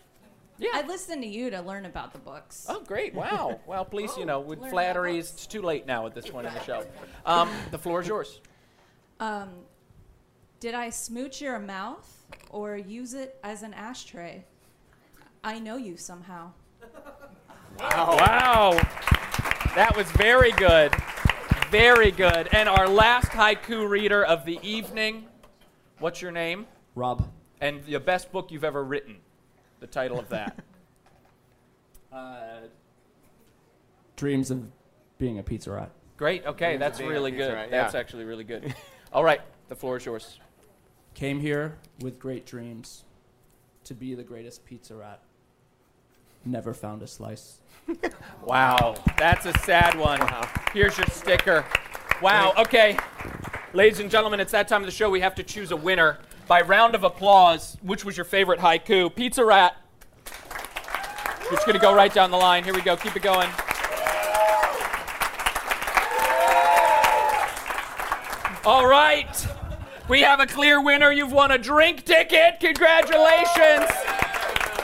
S12: Yeah.
S25: I listened to you to learn about the books.
S12: Oh, great! Wow. Well, please, you know, with
S25: Learn about
S12: flatteries, it's too late now at this point in the show. Um, the floor is yours.
S25: Um, did I smooch your mouth or use it as an ashtray? I know you somehow.
S12: Wow. That was very good. Very good. And our last haiku reader of the evening. What's your name?
S5: Rob.
S12: And the best book you've ever written. The title of that.
S5: Uh, dreams of being a pizza rat.
S12: Great. Okay,
S5: Dreams
S12: that's
S5: of being a
S12: really
S5: pizza
S12: good.
S5: rat,
S12: That's
S5: yeah.
S12: actually really good. All right, the floor is yours.
S5: Came here with great dreams to be the greatest pizza rat. Never found a slice.
S12: Wow, that's a sad one. Here's your sticker. Wow, okay. Ladies and gentlemen, it's that time of the show. We have to choose a winner by round of applause. Which was your favorite haiku? Pizza Rat. It's going to go right down the line. Here we go. Keep it going. All right. We have a clear winner. You've won a drink ticket. Congratulations.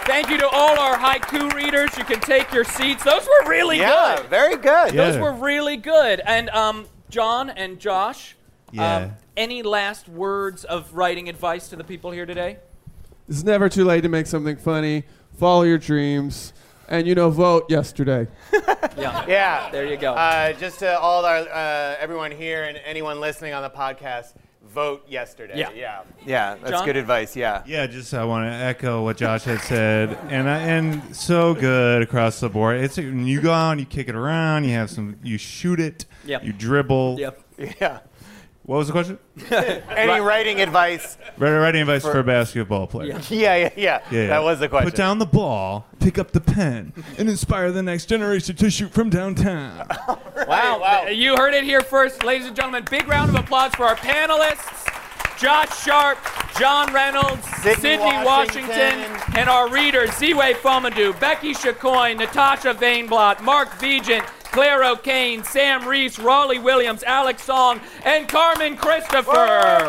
S12: Thank you to all our haiku readers. You can take your seats. Those were really
S13: Yeah,
S12: good.
S13: very good.
S12: Those
S13: Yeah.
S12: were really good. And um, John and Josh,
S15: Yeah.
S12: um, any last words of writing advice to the people here today?
S15: It's never too late to make something funny. Follow your dreams, and you know, vote yesterday.
S12: Yeah.
S13: yeah.
S12: There you go.
S13: Uh, just to all our uh, everyone here and anyone listening on the podcast, vote yesterday.
S12: Yeah.
S13: Yeah. Yeah. That's
S12: John?
S13: good advice. Yeah.
S18: Yeah, just I want to echo what Josh had said, and I, and so good across the board. It's when you go out, and you kick it around, you have some, you shoot it,
S12: Yep.
S18: you dribble,
S12: Yep.
S13: Yeah.
S18: What was the question?
S13: Any writing advice?
S18: Writing writing advice
S13: For-
S18: for, a basketball player.
S13: Yeah, yeah, yeah. That was the question.
S18: Put down the ball, pick up the pen.
S16: and inspire the next generation to shoot from downtown.
S12: Wow. You heard it here first, ladies and gentlemen. Big round of applause for our panelists Josh Sharp, John Reynolds,
S13: Sydney
S12: Sydney Washington,
S13: Washington.
S12: and our readers Ziwei Fomadu, Becky Shacoin, Natasha Vainblot, Mark Vigent, Claire O'Kane, Sam Reese, Raleigh Williams, Alex Song, and Carmen Christopher.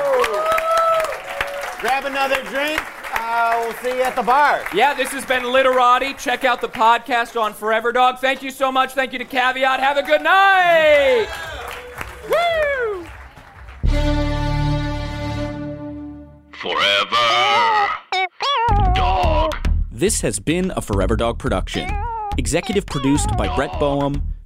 S13: Grab another drink. Uh, we'll see you at the bar.
S12: Yeah, this has been Literati. Check out the podcast on Forever Dog. Thank you so much. Thank you to Caveat. Have a good night. Woo!
S2: Forever. Dog.
S26: This has been a Forever Dog production, executive produced by Brett Boehm,